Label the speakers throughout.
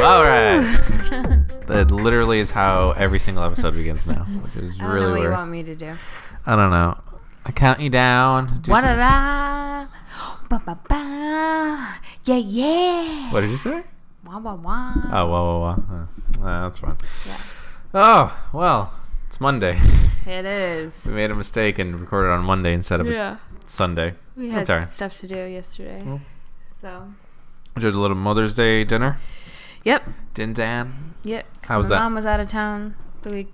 Speaker 1: All right. That literally is how every single episode begins now, which is
Speaker 2: I don't
Speaker 1: really
Speaker 2: know what
Speaker 1: weird.
Speaker 2: you want me to do.
Speaker 1: I don't know. I count you down. Do
Speaker 2: Wa
Speaker 1: some-
Speaker 2: da da, ba ba ba, yeah yeah.
Speaker 1: What did you say?
Speaker 2: Wah wah wah.
Speaker 1: Oh, whoa, whoa, whoa. Uh, uh, that's fine.
Speaker 2: Yeah.
Speaker 1: Oh, well, it's Monday.
Speaker 2: It is.
Speaker 1: we made a mistake and recorded on Monday instead of
Speaker 2: Yeah,
Speaker 1: Sunday.
Speaker 2: we
Speaker 1: That's
Speaker 2: had
Speaker 1: all right.
Speaker 2: stuff to do yesterday,
Speaker 1: Mm.
Speaker 2: so.
Speaker 1: We did a little Mother's Day dinner.
Speaker 2: Yep,
Speaker 1: Din Dan.
Speaker 2: yep. 'cause
Speaker 1: How was
Speaker 2: my
Speaker 1: that?
Speaker 2: mom was out of town the week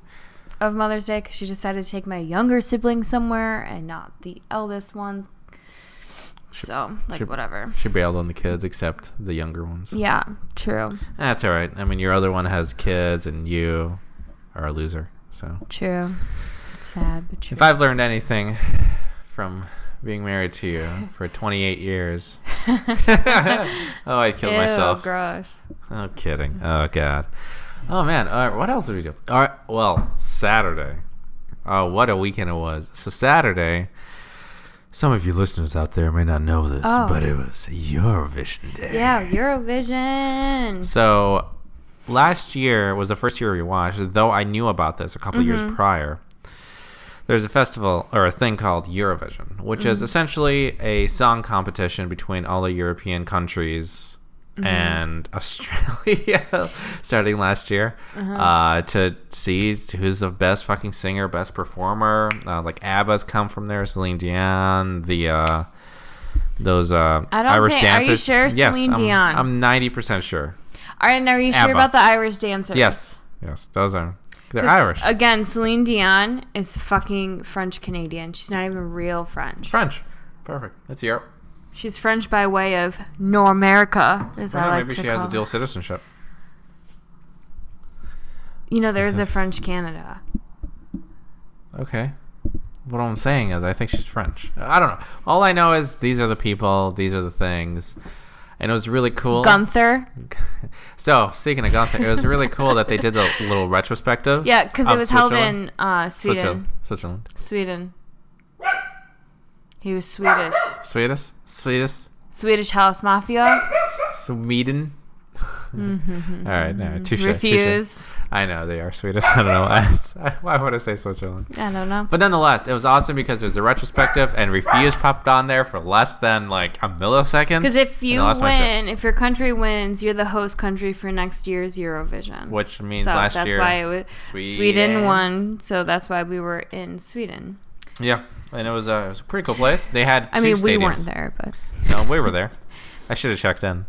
Speaker 2: of Mother's Day because she decided to take my younger sibling somewhere and not the eldest ones. So, like,
Speaker 1: she-
Speaker 2: whatever.
Speaker 1: She bailed on the kids except the younger ones.
Speaker 2: Yeah, true,
Speaker 1: That's all right. I mean, your other one has kids, and you are a loser. So,
Speaker 2: true. Sad, but true.
Speaker 1: if I've learned anything from being married to you for 28 years, oh, I killed
Speaker 2: Ew,
Speaker 1: myself.
Speaker 2: Gross.
Speaker 1: Oh, kidding. Oh, God. Oh, man. All right. What else did we do? All right. Well, Saturday. Oh, what a weekend it was. So, Saturday. Some of you listeners out there may not know this,
Speaker 2: Oh.
Speaker 1: but it was Eurovision Day.
Speaker 2: Yeah, Eurovision.
Speaker 1: So last year was the first year we watched, though I knew about this a couple
Speaker 2: Mm-hmm.
Speaker 1: years prior. There's a festival or a thing called Eurovision, which
Speaker 2: Mm-hmm.
Speaker 1: is essentially a song competition between all the European countries
Speaker 2: Mm-hmm.
Speaker 1: and Australia starting last year
Speaker 2: Uh-huh.
Speaker 1: uh, to see who's the best fucking singer, best performer. Uh, like ABBA's come from there, Celine Dion, the. Uh, those uh,
Speaker 2: I don't
Speaker 1: Irish
Speaker 2: think- are you
Speaker 1: dancers.
Speaker 2: sure
Speaker 1: Yes,
Speaker 2: Celine
Speaker 1: I'm-
Speaker 2: Dion?
Speaker 1: I'm ninety percent sure.
Speaker 2: All right, now are you sure
Speaker 1: ABBA.
Speaker 2: about the Irish dancers?
Speaker 1: Yes. Yes. Those are. They're
Speaker 2: 'Cause,
Speaker 1: Irish.
Speaker 2: Again, Celine Dion is fucking French Canadian. She's not even real French.
Speaker 1: French. Perfect. That's Europe.
Speaker 2: She's French by way of Normerica, as I,
Speaker 1: I don't know,
Speaker 2: like
Speaker 1: maybe
Speaker 2: to
Speaker 1: she
Speaker 2: call.
Speaker 1: has a dual citizenship.
Speaker 2: You know, there is a French Canada.
Speaker 1: Okay. What I'm saying is, I think she's French. I don't know. All I know is these are the people, these are the things. And it was really cool.
Speaker 2: Gunther.
Speaker 1: so, speaking of Gunther, it was really cool that they did the little retrospective.
Speaker 2: Yeah, because it
Speaker 1: of
Speaker 2: was held
Speaker 1: Switzerland.
Speaker 2: in uh, Sweden.
Speaker 1: Switzerland. Switzerland.
Speaker 2: Sweden. He was Swedish.
Speaker 1: Swedish? Swedish?
Speaker 2: Swedish House Mafia.
Speaker 1: Sweden? all right, all right. Touche, touche.
Speaker 2: Refused.
Speaker 1: I know they are Swedish. I don't know why. why would I say Switzerland?
Speaker 2: I don't know.
Speaker 1: But nonetheless, it was awesome because it was a retrospective, and Refuse popped on there for less than like a millisecond.
Speaker 2: Because if
Speaker 1: And
Speaker 2: you
Speaker 1: I lost my shit.
Speaker 2: win, if your country wins, you're the host country for next year's Eurovision.
Speaker 1: which means
Speaker 2: so
Speaker 1: last
Speaker 2: that's
Speaker 1: year,
Speaker 2: why it was
Speaker 1: Sweden.
Speaker 2: Sweden. won. So that's why we were in Sweden.
Speaker 1: yeah, and it was a it was a pretty cool place. They had.
Speaker 2: I
Speaker 1: two
Speaker 2: mean,
Speaker 1: stadiums.
Speaker 2: we weren't there, but
Speaker 1: No, we were there. I should have checked in.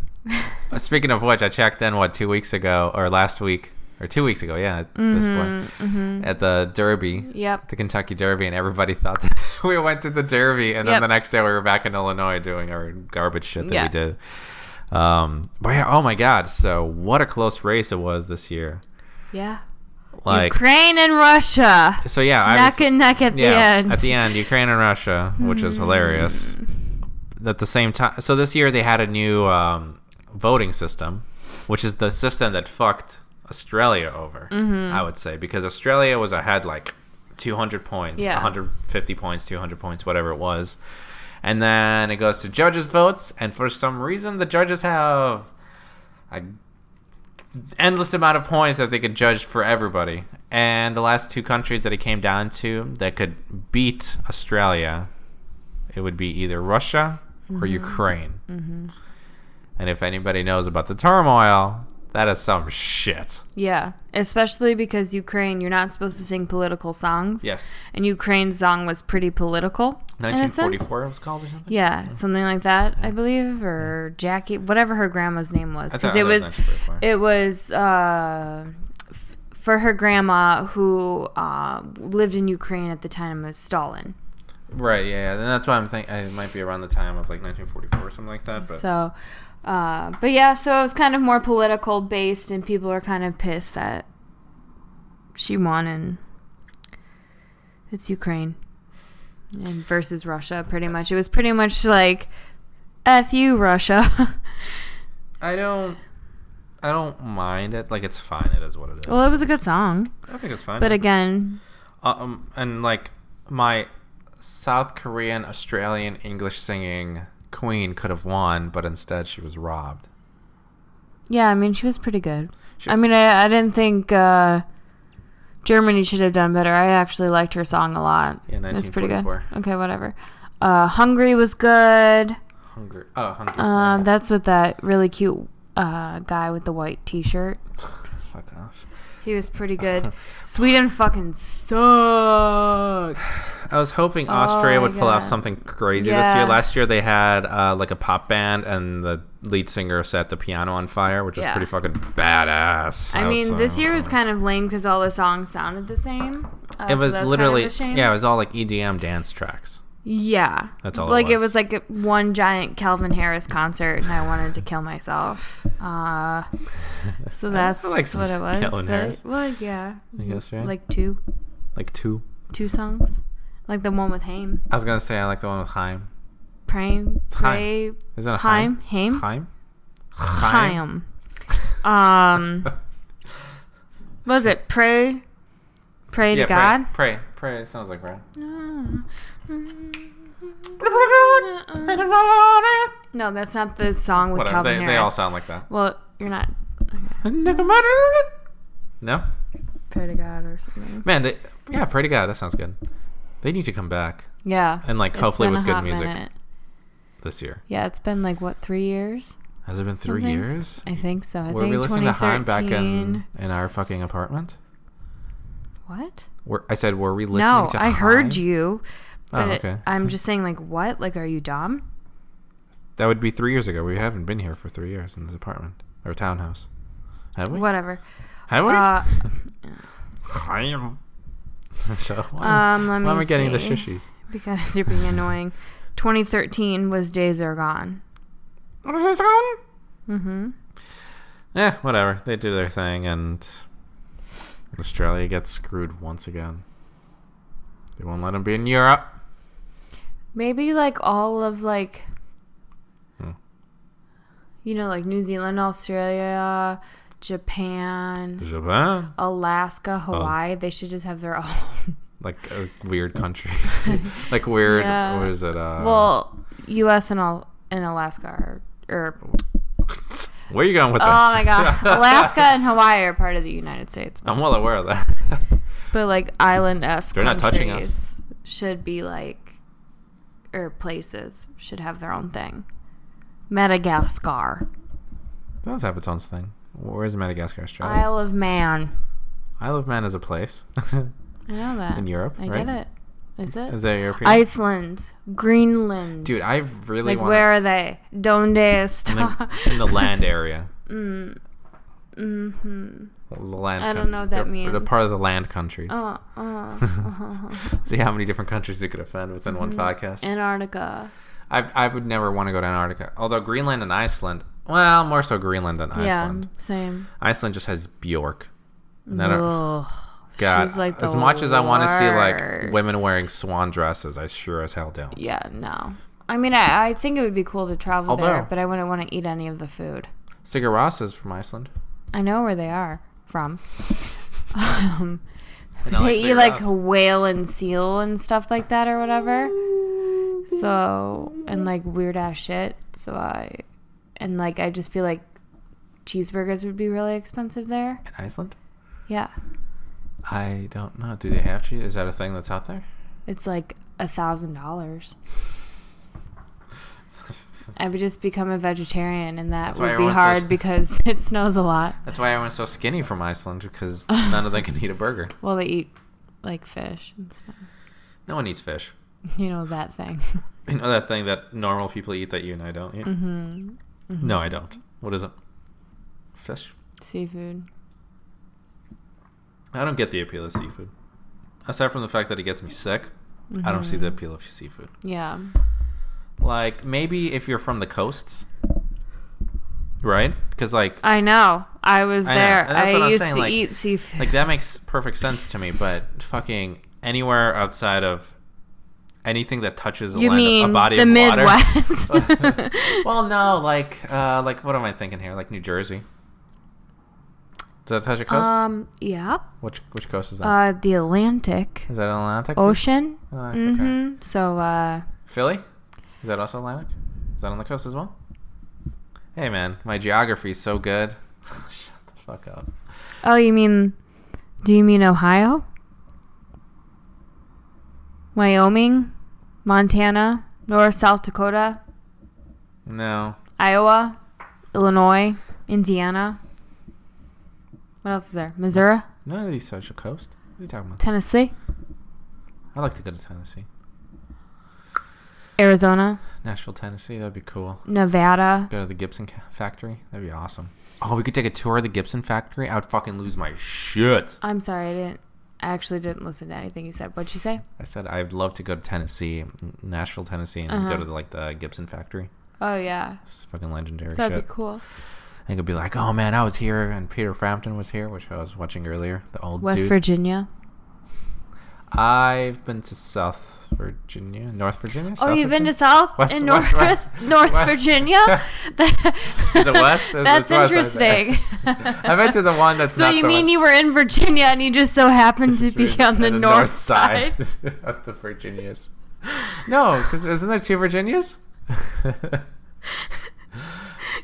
Speaker 1: Uh, Speaking of which, I checked in what two weeks ago or last week or two weeks ago. Yeah, at
Speaker 2: Mm-hmm,
Speaker 1: this point at the Derby.
Speaker 2: yep.
Speaker 1: The Kentucky Derby, and everybody thought that we went to the Derby, and then
Speaker 2: Yep.
Speaker 1: the next day we were back in Illinois doing our garbage shit that
Speaker 2: Yeah.
Speaker 1: we did. Um, but yeah, oh my god! So what a close race it was this year.
Speaker 2: Yeah.
Speaker 1: Like,
Speaker 2: Ukraine and Russia.
Speaker 1: so yeah, I
Speaker 2: Neck
Speaker 1: was,
Speaker 2: and neck at
Speaker 1: yeah,
Speaker 2: the end. Hmm. Mm.
Speaker 1: at the end, Ukraine and Russia, which is hilarious. At the same time, so this year they had a new um, voting system, which is the system that fucked Australia over.
Speaker 2: Mm-hmm.
Speaker 1: I would say because Australia was ahead like 200 points,
Speaker 2: Yeah.
Speaker 1: 150 points, 200 points, whatever it was, and then it goes to judges' votes, and for some reason the judges have a endless amount of points that they could judge for everybody. And the last two countries that it came down to that could beat Australia, it would be either Russia
Speaker 2: Mm-hmm.
Speaker 1: or Ukraine. And if anybody knows about the turmoil, that is some shit.
Speaker 2: Yeah. Especially because Ukraine, you're not supposed to sing political songs.
Speaker 1: Yes.
Speaker 2: And Ukraine's song was pretty political. in a sense.
Speaker 1: 1944 it was called or something?
Speaker 2: Yeah, something like that, I believe, or Jackie, whatever her grandma's name was,
Speaker 1: thought
Speaker 2: because it
Speaker 1: that was
Speaker 2: was,
Speaker 1: 1944.
Speaker 2: it was uh, f- for her grandma who uh, lived in Ukraine at the time of Stalin.
Speaker 1: Right, yeah. And that's why I'm thinking it might be around the time of like 1944 or something like that. But
Speaker 2: So, uh, but yeah, so it was kind of more political based, and people are kind of pissed that she won, and it's Ukraine and versus Russia, pretty much. It was pretty much like, "F you, Russia."
Speaker 1: I don't. I don't mind it. Like it's fine. It is what it is.
Speaker 2: well, it was a good song.
Speaker 1: I think it's fine.
Speaker 2: But again,
Speaker 1: um, and like my South Korean Australian English singing queen could have won, but instead she was robbed.
Speaker 2: Yeah, I mean, she was pretty good.
Speaker 1: She-
Speaker 2: I mean, I, I didn't think uh, Germany should have done better. I actually liked her song a lot.
Speaker 1: Yeah,
Speaker 2: It was pretty good.
Speaker 1: 1944.
Speaker 2: Okay, whatever. Uh, Hungry was good.
Speaker 1: Hunger. Oh, hunger.
Speaker 2: Uh, that's with that really cute uh, guy with the white T-shirt.
Speaker 1: Fuck off.
Speaker 2: He was pretty good. Sweden fucking sucked.
Speaker 1: I was hoping
Speaker 2: Oh
Speaker 1: Austria
Speaker 2: my
Speaker 1: would pull out
Speaker 2: God.
Speaker 1: something crazy this
Speaker 2: Yeah.
Speaker 1: year. Last year they had uh, like a pop band, and the lead singer set the piano on fire, which was
Speaker 2: Yeah.
Speaker 1: pretty fucking badass.
Speaker 2: I mean, this
Speaker 1: outside.
Speaker 2: year was kind of lame because all the songs sounded the same. Uh,
Speaker 1: it
Speaker 2: so
Speaker 1: was
Speaker 2: that's kind of
Speaker 1: literally
Speaker 2: a shame.
Speaker 1: yeah, it was all like EDM dance tracks.
Speaker 2: Yeah.
Speaker 1: That's all it
Speaker 2: Like it
Speaker 1: was.
Speaker 2: was like one giant Calvin Harris concert, and I wanted to kill myself. Uh, so that's
Speaker 1: like some
Speaker 2: what it was.
Speaker 1: Calvin
Speaker 2: but-
Speaker 1: Harris.
Speaker 2: Well, yeah.
Speaker 1: I guess right.
Speaker 2: Like two,
Speaker 1: like two.
Speaker 2: two songs, like the one with Haim,
Speaker 1: I was gonna say I like the one with Haim.
Speaker 2: praying, pray,
Speaker 1: Is that a
Speaker 2: Haim,
Speaker 1: Haim?
Speaker 2: Haim, Chaim.
Speaker 1: Haim.
Speaker 2: Um, what was it pray, pray to God?
Speaker 1: Pray, pray, pray. It sounds like pray.
Speaker 2: No, that's not the song with
Speaker 1: Whatever.
Speaker 2: Calvin
Speaker 1: They,
Speaker 2: Harris.
Speaker 1: they all sound like that.
Speaker 2: Well, you're not.
Speaker 1: No,
Speaker 2: Pray to God or something.
Speaker 1: man. They, yeah, pray to God. That sounds good. They need to come back
Speaker 2: Yeah.
Speaker 1: and like
Speaker 2: It's
Speaker 1: hopefully
Speaker 2: been
Speaker 1: with
Speaker 2: a
Speaker 1: good
Speaker 2: hot
Speaker 1: music
Speaker 2: minute.
Speaker 1: this year.
Speaker 2: Yeah, it's been like what three years?
Speaker 1: Has it been three
Speaker 2: Something.
Speaker 1: years?
Speaker 2: I think so. I
Speaker 1: Were
Speaker 2: think
Speaker 1: we listening to Han back
Speaker 2: 2013.
Speaker 1: in in our fucking apartment?
Speaker 2: What?
Speaker 1: Were, I said, were we listening
Speaker 2: No,
Speaker 1: to?
Speaker 2: I heard
Speaker 1: Haim?
Speaker 2: you. But
Speaker 1: Oh, okay.
Speaker 2: I'm just saying, like, what? Like, are you dumb?
Speaker 1: That would be three years ago. We haven't been here for three years in this apartment or townhouse. Have we?
Speaker 2: Whatever.
Speaker 1: Have we?
Speaker 2: Uh,
Speaker 1: Chaim. so why,
Speaker 2: Um, let
Speaker 1: why am
Speaker 2: me
Speaker 1: I getting
Speaker 2: see.
Speaker 1: the shishies?
Speaker 2: because you're being annoying. 2013 was Days Are Gone. Mm-hmm.
Speaker 1: Yeah, Eh, whatever. They do their thing, and Australia gets screwed once again. They won't let them be in Europe.
Speaker 2: Maybe like all of like,
Speaker 1: Hmm.
Speaker 2: you know, like New Zealand, Australia, Japan,
Speaker 1: Japan,
Speaker 2: Alaska, Hawaii. They should just have their own.
Speaker 1: like a weird country, like weird.
Speaker 2: Yeah.
Speaker 1: What is it? Uh,
Speaker 2: well, U.S. and all and Alaska are. Or,
Speaker 1: where are you going with
Speaker 2: oh
Speaker 1: this?
Speaker 2: my god, Alaska and Hawaii are part of the United States,
Speaker 1: I'm well aware of that.
Speaker 2: but like island esque
Speaker 1: They're
Speaker 2: countries
Speaker 1: not touching
Speaker 2: should be like, or places should have their own thing. Madagascar,
Speaker 1: It does have its own thing. Where's Madagascar, Australia?
Speaker 2: Isle of Man.
Speaker 1: Isle of Man is a place
Speaker 2: I know that.
Speaker 1: in Europe.
Speaker 2: I
Speaker 1: right?
Speaker 2: get it. Is it?
Speaker 1: Is that European?
Speaker 2: Iceland, Greenland.
Speaker 1: Dude, I really
Speaker 2: like
Speaker 1: want
Speaker 2: where are they? Donde
Speaker 1: in
Speaker 2: está?
Speaker 1: the, in the land area.
Speaker 2: mm, mm-hmm.
Speaker 1: The land
Speaker 2: I don't know what that
Speaker 1: they're- They're
Speaker 2: means.
Speaker 1: part of the land countries.
Speaker 2: Uh, uh, uh,
Speaker 1: See how many different countries you could offend within one
Speaker 2: Mm-hmm.
Speaker 1: podcast.
Speaker 2: Antarctica.
Speaker 1: I, I would never want to go to Antarctica. Although Greenland and Iceland, well, more so Greenland than Iceland.
Speaker 2: Yeah, same.
Speaker 1: Iceland just has Bjork. And I don't-
Speaker 2: Ugh,
Speaker 1: God,
Speaker 2: she's like
Speaker 1: as
Speaker 2: the
Speaker 1: much as I want to see like women
Speaker 2: worst.
Speaker 1: wearing swan dresses, I sure as hell don't.
Speaker 2: Yeah, no. I mean, I, I think it would be cool to travel there,
Speaker 1: Although-
Speaker 2: but I wouldn't want to eat any of the food.
Speaker 1: Sigur Rós is from Iceland.
Speaker 2: I know where they are from. um,
Speaker 1: And I
Speaker 2: they eat
Speaker 1: Sigur
Speaker 2: like
Speaker 1: Rós.
Speaker 2: whale and seal and stuff like that or whatever. So and like weird ass shit. So I and like I just feel like cheeseburgers would be really expensive there.
Speaker 1: in Iceland.
Speaker 2: Yeah,
Speaker 1: I don't know. Do they have cheese? Is that a thing that's out there?
Speaker 2: it's like a thousand dollars. I would just become a vegetarian, and that
Speaker 1: That's why
Speaker 2: would be
Speaker 1: everyone's so-
Speaker 2: hard because it snows a lot.
Speaker 1: That's why everyone's so skinny from Iceland because none of them can eat a burger.
Speaker 2: Well, they eat like fish and stuff.
Speaker 1: No one eats fish.
Speaker 2: You know that thing.
Speaker 1: You know that thing that normal people eat that you and I don't eat?
Speaker 2: mm-hmm.
Speaker 1: No, I don't. What is it? Fish.
Speaker 2: Seafood.
Speaker 1: I don't get the appeal of seafood. Aside from the fact that it gets me sick, I don't see
Speaker 2: Mm-hmm.
Speaker 1: the appeal of seafood.
Speaker 2: Yeah.
Speaker 1: Like, maybe if you're from the coasts, right? Because, like,
Speaker 2: I know. I was
Speaker 1: I know.
Speaker 2: there.
Speaker 1: And that's what
Speaker 2: I
Speaker 1: I was
Speaker 2: used
Speaker 1: saying,
Speaker 2: to
Speaker 1: like-
Speaker 2: eat seafood.
Speaker 1: like that makes perfect sense to me, but fucking anywhere outside of anything that touches a,
Speaker 2: you
Speaker 1: land,
Speaker 2: mean
Speaker 1: a body
Speaker 2: the
Speaker 1: of
Speaker 2: Midwest?
Speaker 1: water. well, no, like, uh, like what am I thinking here? Like New Jersey. Does that touch a coast?
Speaker 2: um. Yep.
Speaker 1: which which coast is that?
Speaker 2: Uh, the Atlantic
Speaker 1: Is that Atlantic?
Speaker 2: Ocean.
Speaker 1: Oh, that's okay.
Speaker 2: mm-hmm. So, uh,
Speaker 1: Philly? Is that also Atlantic? Is that on the coast as well? Hey man, my geography's so good. Shut the fuck up.
Speaker 2: Oh, you mean? Do you mean Ohio? Wyoming, Montana, North South Dakota,
Speaker 1: No.
Speaker 2: Iowa, Illinois, Indiana. What else is there? Missouri,
Speaker 1: None of these social coast. What are you talking about?
Speaker 2: Tennessee,
Speaker 1: I'd like to go to Tennessee.
Speaker 2: Arizona,
Speaker 1: Nashville, Tennessee. That'd be cool.
Speaker 2: Nevada.
Speaker 1: Go to the Gibson ca- factory. That'd be awesome. Oh, we could take a tour of the Gibson factory. I would fucking lose my shit.
Speaker 2: I'm sorry, I didn't. I actually didn't listen to anything you said. What'd you say?
Speaker 1: I said I'd love to go to Tennessee, Nashville, Tennessee, and
Speaker 2: Uh-huh.
Speaker 1: go to the, like the Gibson factory.
Speaker 2: Oh yeah,
Speaker 1: It's fucking legendary
Speaker 2: that'd
Speaker 1: shit.
Speaker 2: be cool.
Speaker 1: I could be like, oh man, I was here, and Peter Frampton was here, which I was watching earlier. The old
Speaker 2: West
Speaker 1: dude.
Speaker 2: Virginia.
Speaker 1: I've been to South Virginia, North Virginia.
Speaker 2: Oh,
Speaker 1: South
Speaker 2: you've been
Speaker 1: Virginia?
Speaker 2: to South
Speaker 1: West-
Speaker 2: and North
Speaker 1: West- West-
Speaker 2: North
Speaker 1: West-
Speaker 2: Virginia.
Speaker 1: Is it West?
Speaker 2: that's
Speaker 1: It's- it's West, I think.
Speaker 2: interesting.
Speaker 1: I bet you the one that's
Speaker 2: So
Speaker 1: not
Speaker 2: you
Speaker 1: the
Speaker 2: mean
Speaker 1: one-
Speaker 2: you were in Virginia and you just so happened to be on the, north, side?
Speaker 1: of the Virginias. No, because isn't there two Virginias?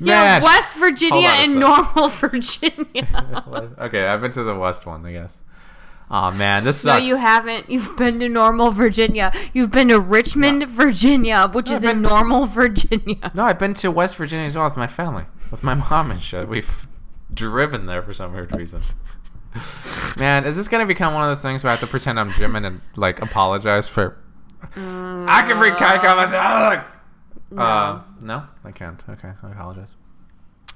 Speaker 2: Yeah,
Speaker 1: Man.
Speaker 2: West Virginia
Speaker 1: Hold on a
Speaker 2: and
Speaker 1: sec.
Speaker 2: normal Virginia.
Speaker 1: okay, I've been to the West one, I guess. Oh man, this
Speaker 2: no,
Speaker 1: sucks.
Speaker 2: you haven't. You've been to normal Virginia. You've been to Richmond, Virginia, which
Speaker 1: No,
Speaker 2: is
Speaker 1: I've
Speaker 2: in
Speaker 1: been-
Speaker 2: normal Virginia.
Speaker 1: No, I've been to West Virginia as well with my family, with my mom and shit. We've driven there for some weird reason. Man, is this gonna become one of those things where I have to pretend I'm Jim and like apologize for? I can read
Speaker 2: Mm.
Speaker 1: Kai Kamada. No. Uh, no, I can't. Okay, I apologize.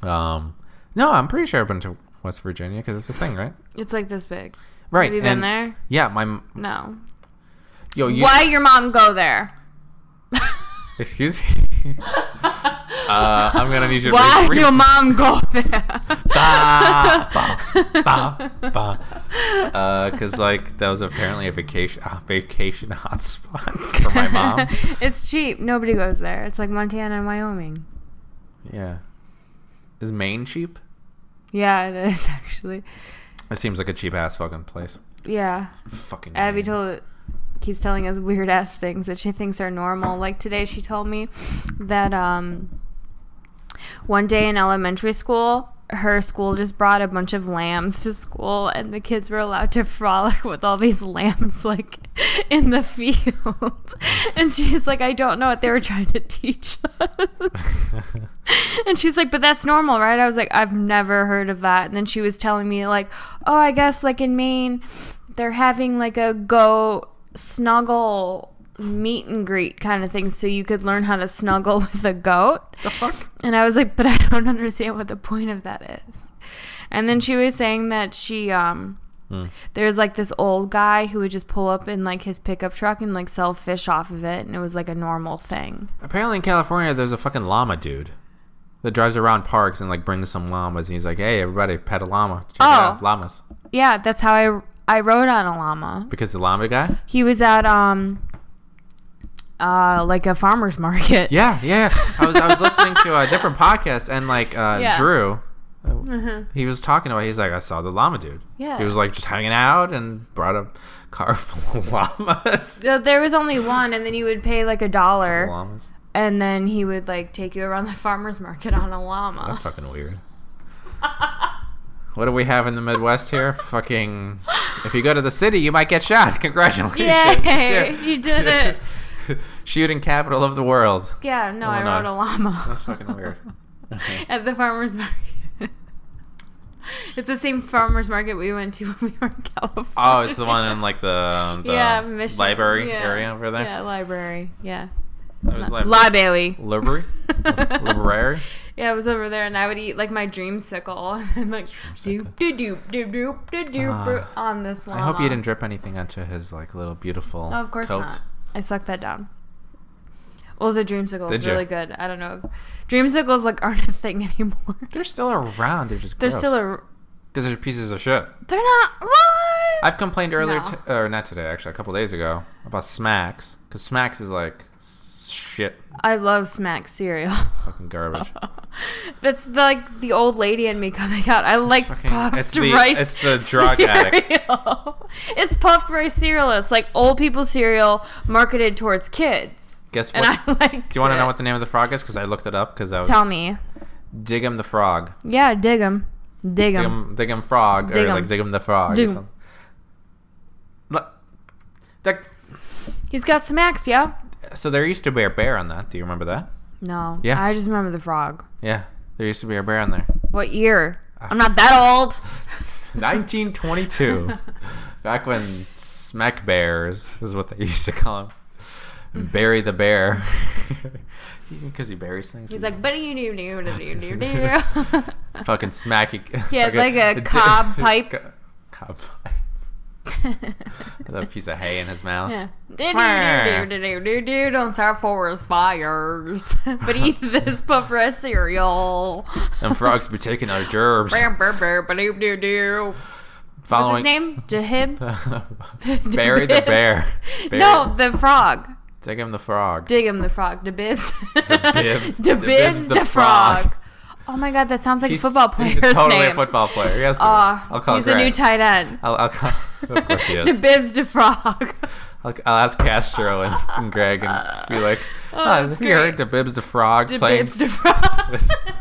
Speaker 1: Um, no, I'm pretty sure I've been to West Virginia because it's a thing, right?
Speaker 2: It's like this big.
Speaker 1: Right.
Speaker 2: Have you been
Speaker 1: and-
Speaker 2: there?
Speaker 1: Yeah, my m-
Speaker 2: No.
Speaker 1: yo. You,
Speaker 2: Why your mom go there?
Speaker 1: Excuse me. uh, I'm gonna need you. to
Speaker 2: Why
Speaker 1: re- re-
Speaker 2: your mom go there?
Speaker 1: Bah, bah, bah, bah. Because Uh, like that was apparently a vacation a vacation hotspot for my mom.
Speaker 2: it's cheap. Nobody goes there. It's like Montana and Wyoming.
Speaker 1: Yeah. Is Maine cheap?
Speaker 2: Yeah, it is actually.
Speaker 1: It seems like a cheap ass fucking place.
Speaker 2: Yeah.
Speaker 1: Fucking.
Speaker 2: Abby
Speaker 1: Maine.
Speaker 2: told keeps telling us weird ass things that she thinks are normal. Like today she told me that um one day in elementary school her school just brought a bunch of lambs to school and the kids were allowed to frolic with all these lambs like in the field and she's like i don't know what they were trying to teach us and she's like, but that's normal, right? I was like, I've never heard of that. And then she was telling me, like, oh, I guess like in Maine, they're having like a go snuggle meet and greet kind of thing so you could learn how to snuggle with a goat.
Speaker 1: The fuck?
Speaker 2: And I was like, but I don't understand what the point of that is. And then she was saying that she, um,
Speaker 1: Mm.
Speaker 2: there's like this old guy who would just pull up in like his pickup truck and like sell fish off of it, and it was like a normal thing.
Speaker 1: Apparently in California, there's a fucking llama dude that drives around parks and like brings some llamas, and he's like, "Hey, everybody, pet a llama. Check it out,
Speaker 2: Oh.
Speaker 1: llamas."
Speaker 2: Yeah, that's how I I rode on a llama.
Speaker 1: Because the llama guy.
Speaker 2: He was at um uh like a farmer's market.
Speaker 1: Yeah, yeah. yeah. I was I was listening to a different podcast and like uh,
Speaker 2: Yeah. Mm-hmm.
Speaker 1: Drew, uh, he was talking about. He's like, I saw the llama dude.
Speaker 2: Yeah.
Speaker 1: He was like just hanging out and brought a car full of llamas.
Speaker 2: So there was only one and then you would pay like a dollar
Speaker 1: llamas.
Speaker 2: and then he would like take you around the farmer's market on a llama.
Speaker 1: That's fucking weird. what do we have in the Midwest here? fucking. If you go to the city, you might get shot. Congratulations.
Speaker 2: Yay,
Speaker 1: Shit.
Speaker 2: you did it.
Speaker 1: Shooting capital of the world.
Speaker 2: Yeah, no, I
Speaker 1: Illinois.
Speaker 2: rode a llama.
Speaker 1: Oh, That's fucking weird. Okay.
Speaker 2: at the farmer's market. it's the same farmer's market we went to when we were in California.
Speaker 1: Oh, it's the one in like the, the
Speaker 2: yeah, Michigan.
Speaker 1: library
Speaker 2: Yeah.
Speaker 1: area over there.
Speaker 2: Yeah, library. Yeah.
Speaker 1: It was like
Speaker 2: Library.
Speaker 1: library, library.
Speaker 2: Yeah, I was over there, and I would eat like my dreamsicle and like doop doop doop doop doop doop doop
Speaker 1: Ah.
Speaker 2: on this
Speaker 1: I
Speaker 2: llama.
Speaker 1: hope you didn't drip anything onto his like little beautiful
Speaker 2: Oh, of course
Speaker 1: coat.
Speaker 2: not. I sucked that down. Well, the dreamsicle
Speaker 1: Did
Speaker 2: is
Speaker 1: ya?
Speaker 2: really good. I don't know. if Dreamsicles like aren't a thing anymore.
Speaker 1: They're still around. They're just
Speaker 2: They're still a.
Speaker 1: because they're pieces of shit.
Speaker 2: They're not what?
Speaker 1: I've complained earlier,
Speaker 2: No.
Speaker 1: t- or not today, actually, a couple days ago about Smacks because Smacks is like s- shit,
Speaker 2: I love smack cereal.
Speaker 1: fucking garbage.
Speaker 2: That's the, like the old lady in me coming out. I like
Speaker 1: fucking-
Speaker 2: puffed
Speaker 1: it's the-
Speaker 2: rice.
Speaker 1: it's the drug addict.
Speaker 2: cereal. it's puffed rice cereal. It's like old people cereal marketed towards kids.
Speaker 1: Guess
Speaker 2: And
Speaker 1: what?
Speaker 2: I like.
Speaker 1: Do you want to know what the name of the frog is? Because I looked it up. Because I was
Speaker 2: Tell me.
Speaker 1: Dig'em the Frog.
Speaker 2: Yeah, dig him. Dig him.
Speaker 1: Dig'em, Dig'em Frog.
Speaker 2: Dig
Speaker 1: or
Speaker 2: 'em.
Speaker 1: like Dig'em the Frog.
Speaker 2: Dig
Speaker 1: Or
Speaker 2: 'em.
Speaker 1: something. Look, that,
Speaker 2: He's got some axe, yeah?
Speaker 1: so there used to be a bear on that. Do you remember that?
Speaker 2: No.
Speaker 1: Yeah.
Speaker 2: I just remember the frog.
Speaker 1: Yeah, there used to be a bear on there.
Speaker 2: What year?
Speaker 1: Ah.
Speaker 2: I'm not that old.
Speaker 1: 1922. Back when smack bears is what they used to call him. Bury the bear. Because he buries things.
Speaker 2: He's like, buddy, you do, do, do, do, do.
Speaker 1: fucking smacky.
Speaker 2: He had, like, a
Speaker 1: fucking-
Speaker 2: cob pipe.
Speaker 1: Co- Cob pipe. With a piece of hay in his mouth.
Speaker 2: Yeah. Do, do, do, do, do, do, do. Don't start forest fires. but eat this puff rest cereal.
Speaker 1: And frogs be taking our germs.
Speaker 2: Bam, bam, bam, ba-doop, do, do. What's his
Speaker 1: following
Speaker 2: name? Jahib?
Speaker 1: bury the
Speaker 2: Bibbs.
Speaker 1: bear. Bury-
Speaker 2: No, the frog.
Speaker 1: Take him the frog.
Speaker 2: Dig him the frog. DeBibs.
Speaker 1: DeBibs. DeBibs
Speaker 2: DeBibs
Speaker 1: the
Speaker 2: the frog.
Speaker 1: frog.
Speaker 2: Oh my god, that sounds like
Speaker 1: He's-
Speaker 2: a football player's
Speaker 1: He's a totally
Speaker 2: name.
Speaker 1: a football player. Yes, he is.
Speaker 2: Aw,
Speaker 1: I'll call
Speaker 2: he's
Speaker 1: Greg.
Speaker 2: a new tight end.
Speaker 1: I'll, I'll call. Of course he is.
Speaker 2: DeBibs DeFrog.
Speaker 1: I'll, I'll ask Castro and, and Greg and be like, oh,
Speaker 2: that's
Speaker 1: have you heard the
Speaker 2: great.
Speaker 1: Bibs the Frog playing?
Speaker 2: DeBibs DeFrog.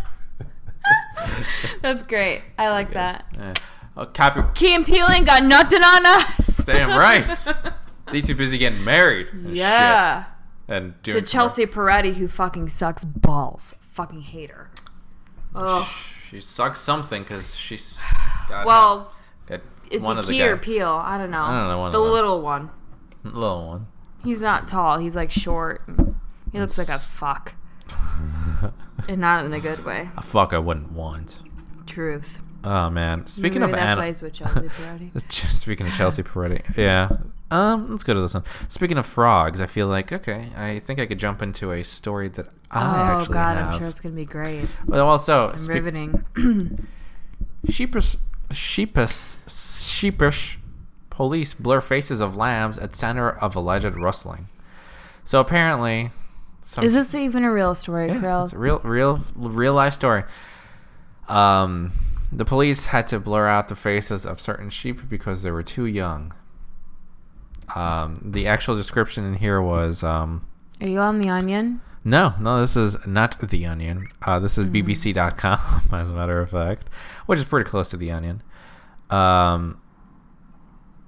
Speaker 2: That's great. I like that.
Speaker 1: Yeah. Oh, copy.
Speaker 2: Key and Peele ain't got nothing on us.
Speaker 1: Damn right. They too busy getting married. and
Speaker 2: yeah.
Speaker 1: Shit. And doing
Speaker 2: To Chelsea Peretti, who fucking sucks balls. Fucking hate her. Oh.
Speaker 1: She sucks something because she's. God,
Speaker 2: Well,
Speaker 1: that
Speaker 2: it's
Speaker 1: one
Speaker 2: a
Speaker 1: of the
Speaker 2: Key
Speaker 1: guy-
Speaker 2: or Peele. I don't know.
Speaker 1: I don't know, one of
Speaker 2: the
Speaker 1: them.
Speaker 2: little one.
Speaker 1: little one.
Speaker 2: He's not tall. He's like short. He looks like a fuck. and not in a good way.
Speaker 1: A fuck I wouldn't want.
Speaker 2: Truth.
Speaker 1: Oh man. Speaking
Speaker 2: Maybe
Speaker 1: of
Speaker 2: that's why he's
Speaker 1: animals.
Speaker 2: with Chelsea Peretti.
Speaker 1: Just speaking of Chelsea Peretti, yeah. Um, let's go to this one. Speaking of frogs, I feel like okay. I think I could jump into a story that I
Speaker 2: oh
Speaker 1: actually
Speaker 2: god,
Speaker 1: have.
Speaker 2: I'm sure it's gonna be great.
Speaker 1: Well, also,
Speaker 2: I'm
Speaker 1: spe-
Speaker 2: riveting.
Speaker 1: sheepish, sheepish, sheepish police blur faces of lambs at center of alleged rustling. So apparently, some
Speaker 2: Is this even a real story,
Speaker 1: Yeah,
Speaker 2: Krill?
Speaker 1: it's a real, real, real life story. Um, the police had to blur out the faces of certain sheep because they were too young. Um, the actual description in here was um,
Speaker 2: Are you on the onion?
Speaker 1: no, no, this is not The Onion. Uh, this is
Speaker 2: Mm-hmm.
Speaker 1: BBC.com, as a matter of fact, which is pretty close to The Onion. Um,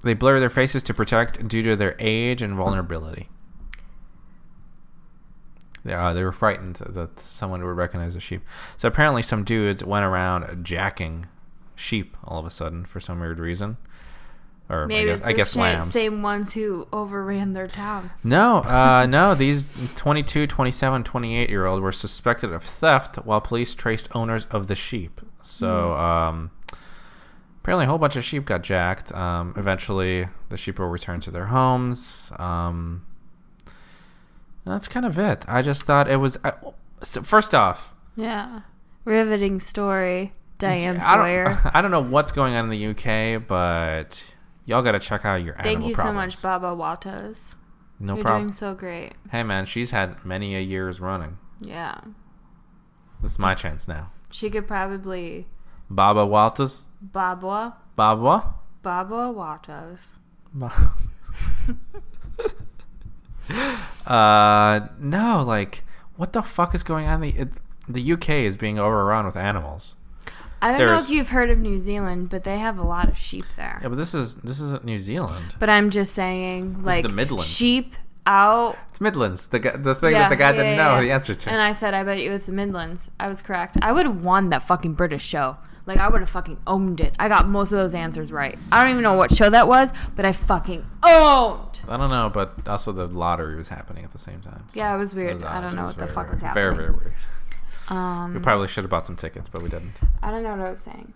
Speaker 1: they blur their faces to protect due to their age and vulnerability. They, uh, they were frightened that someone would recognize a sheep. So apparently, some dudes went around jacking sheep all of a sudden for some weird reason. Or
Speaker 2: Maybe
Speaker 1: I guess,
Speaker 2: it's
Speaker 1: I
Speaker 2: the
Speaker 1: guess
Speaker 2: same-
Speaker 1: lambs.
Speaker 2: same ones who overran their town.
Speaker 1: No, uh, no. These 22, 27, 28 year old were suspected of theft while police traced owners of the sheep. So
Speaker 2: Hmm.
Speaker 1: um, apparently, a whole bunch of sheep got jacked. Um, eventually, the sheep were returned to their homes. Um, and that's kind of it. I just thought it was. I, so first off,
Speaker 2: Yeah. Riveting story. Diane
Speaker 1: I
Speaker 2: Sawyer.
Speaker 1: don't, I don't know what's going on in the UK, but y'all got to check out your
Speaker 2: Thank
Speaker 1: animal
Speaker 2: you
Speaker 1: problems.
Speaker 2: so much, Baba Watos.
Speaker 1: No
Speaker 2: You're
Speaker 1: problem.
Speaker 2: doing so great.
Speaker 1: Hey man, she's had many a years running.
Speaker 2: Yeah.
Speaker 1: This is my chance now.
Speaker 2: She could probably
Speaker 1: Baba Walters.
Speaker 2: Baba
Speaker 1: Baba.
Speaker 2: Baba Watos.
Speaker 1: Ba- uh, no, like, what the fuck is going on? The it, the UK is being overrun with animals.
Speaker 2: I don't know
Speaker 1: There's-
Speaker 2: if you've heard of New Zealand, but they have a lot of sheep there.
Speaker 1: Yeah, but this is this isn't New Zealand.
Speaker 2: But I'm just saying, like
Speaker 1: the Midlands.
Speaker 2: sheep out.
Speaker 1: It's Midlands. The gu- the thing
Speaker 2: Yeah,
Speaker 1: that the guy
Speaker 2: yeah,
Speaker 1: didn't
Speaker 2: yeah,
Speaker 1: know
Speaker 2: yeah.
Speaker 1: the answer to.
Speaker 2: And I said, I bet you it's the Midlands. I was correct. I would have won that fucking British show. Like I would have fucking owned it. I got most of those answers right. I don't even know what show that was, but I fucking owned.
Speaker 1: I don't know, but also the lottery was happening at the same time.
Speaker 2: Yeah, it was
Speaker 1: It
Speaker 2: weird.
Speaker 1: was
Speaker 2: I
Speaker 1: odd.
Speaker 2: don't
Speaker 1: It
Speaker 2: know
Speaker 1: was
Speaker 2: what the
Speaker 1: very
Speaker 2: fuck
Speaker 1: weird.
Speaker 2: was happening.
Speaker 1: Very very weird.
Speaker 2: Um,
Speaker 1: We probably should have bought some tickets, but we didn't.
Speaker 2: I don't know what I was saying.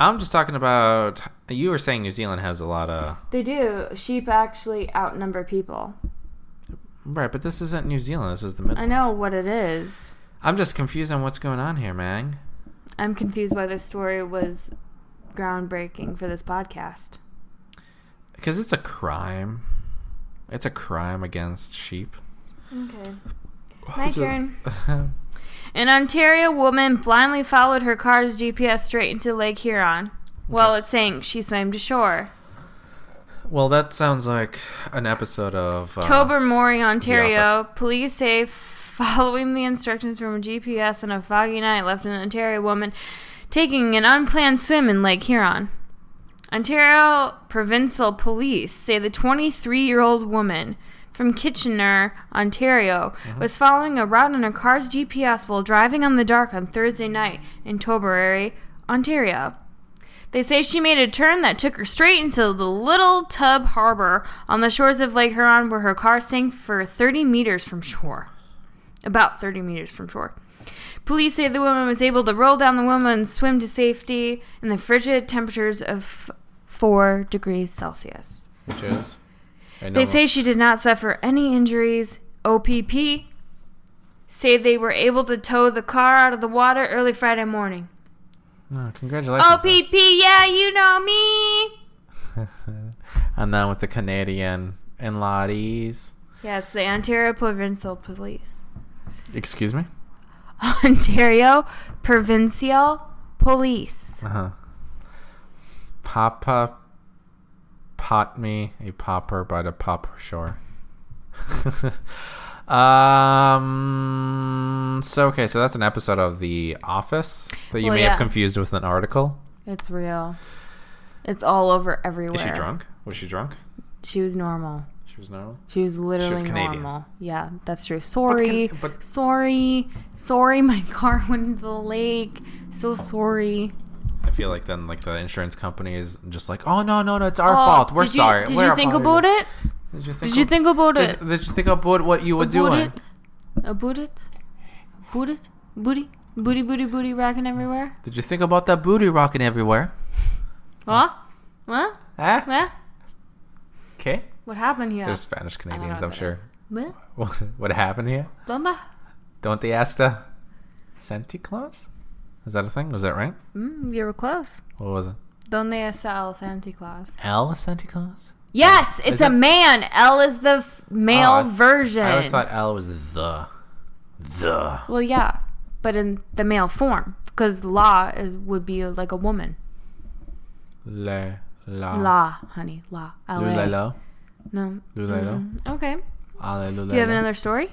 Speaker 1: I'm just talking about. You were saying New Zealand has a lot of
Speaker 2: They do. Sheep actually outnumber people.
Speaker 1: right, but this isn't New Zealand. This is the Midlands.
Speaker 2: I know what it is.
Speaker 1: I'm just confused on what's going on here, man.
Speaker 2: I'm confused why this story was groundbreaking for this podcast.
Speaker 1: Because it's a crime. It's a crime against sheep.
Speaker 2: Okay. My
Speaker 1: So-
Speaker 2: turn. An Ontario woman blindly followed her car's GPS straight into Lake Huron. Well, it's saying she swam to shore.
Speaker 1: well, that sounds like an episode of. Uh,
Speaker 2: Tobermory, Ontario.
Speaker 1: Office.
Speaker 2: Police say f- following the instructions from a GPS on a foggy night left an Ontario woman taking an unplanned swim in Lake Huron. Ontario Provincial Police say the 23 year old woman from Kitchener, Ontario,
Speaker 1: Uh-huh.
Speaker 2: was following a route on her car's GPS while driving on the dark on Thursday night in Tilbury, Ontario. They say she made a turn that took her straight into the Little Tub Harbor on the shores of Lake Huron, where her car sank for 30 meters from shore. About 30 meters from shore. Police say the woman was able to roll down the woman and swim to safety in the frigid temperatures of 4 degrees Celsius.
Speaker 1: Which is. I
Speaker 2: They
Speaker 1: know-
Speaker 2: say she did not suffer any injuries. OPP say they were able to tow the car out of the water early Friday morning.
Speaker 1: Oh, congratulations.
Speaker 2: OPP, yeah, you know me.
Speaker 1: and then with the Canadian and Lotties.
Speaker 2: Yeah, it's the Ontario Provincial Police.
Speaker 1: Excuse me?
Speaker 2: Ontario Provincial Police.
Speaker 1: Uh huh. Papa pot me a popper by the popper shore. um. So okay, so that's an episode of The Office that you
Speaker 2: Well,
Speaker 1: may
Speaker 2: yeah.
Speaker 1: have confused with an article.
Speaker 2: It's real. It's all over everywhere.
Speaker 1: Is she drunk? Was she drunk?
Speaker 2: She was normal.
Speaker 1: She was normal.
Speaker 2: She was literally
Speaker 1: Canadian.
Speaker 2: normal. Yeah, that's true. Sorry.
Speaker 1: can- but-
Speaker 2: sorry. Sorry, my car went into the lake. So sorry.
Speaker 1: I feel like then like the insurance company is just like, oh no no no, it's our
Speaker 2: Oh,
Speaker 1: fault. We're
Speaker 2: did you-
Speaker 1: sorry.
Speaker 2: Did
Speaker 1: We're
Speaker 2: you think about it?
Speaker 1: Did you think?
Speaker 2: Did you
Speaker 1: ab-
Speaker 2: think about
Speaker 1: Did,
Speaker 2: it?
Speaker 1: did you think about what you were doing?
Speaker 2: About it? About it? About it? Booty? Booty, booty, booty rocking everywhere?
Speaker 1: Did you think about that booty rocking everywhere?
Speaker 2: What? What?
Speaker 1: Huh?
Speaker 2: What?
Speaker 1: Okay.
Speaker 2: What happened here?
Speaker 1: There's Spanish
Speaker 2: I don't know
Speaker 1: Canadians,
Speaker 2: what
Speaker 1: I'm
Speaker 2: that
Speaker 1: sure.
Speaker 2: is. What?
Speaker 1: What, what happened here?
Speaker 2: Donda?
Speaker 1: Don't they ask the Santa Claus? Is that a thing? Was that right?
Speaker 2: Mm, you were close.
Speaker 1: What was it?
Speaker 2: Donde está el Santa Claus?
Speaker 1: L Santa Claus?
Speaker 2: Yes, it's
Speaker 1: Is
Speaker 2: a
Speaker 1: it-
Speaker 2: man. L is the f- male
Speaker 1: Oh, I-
Speaker 2: version.
Speaker 1: I always thought L was the. The.
Speaker 2: Well, yeah, but in the male form, because la is would be uh, like a woman.
Speaker 1: Le. La.
Speaker 2: La, honey, la. LA.
Speaker 1: Lulelo.
Speaker 2: No.
Speaker 1: Lulelo.
Speaker 2: Mm, Okay.
Speaker 1: Alelulelo.
Speaker 2: Do you have another story?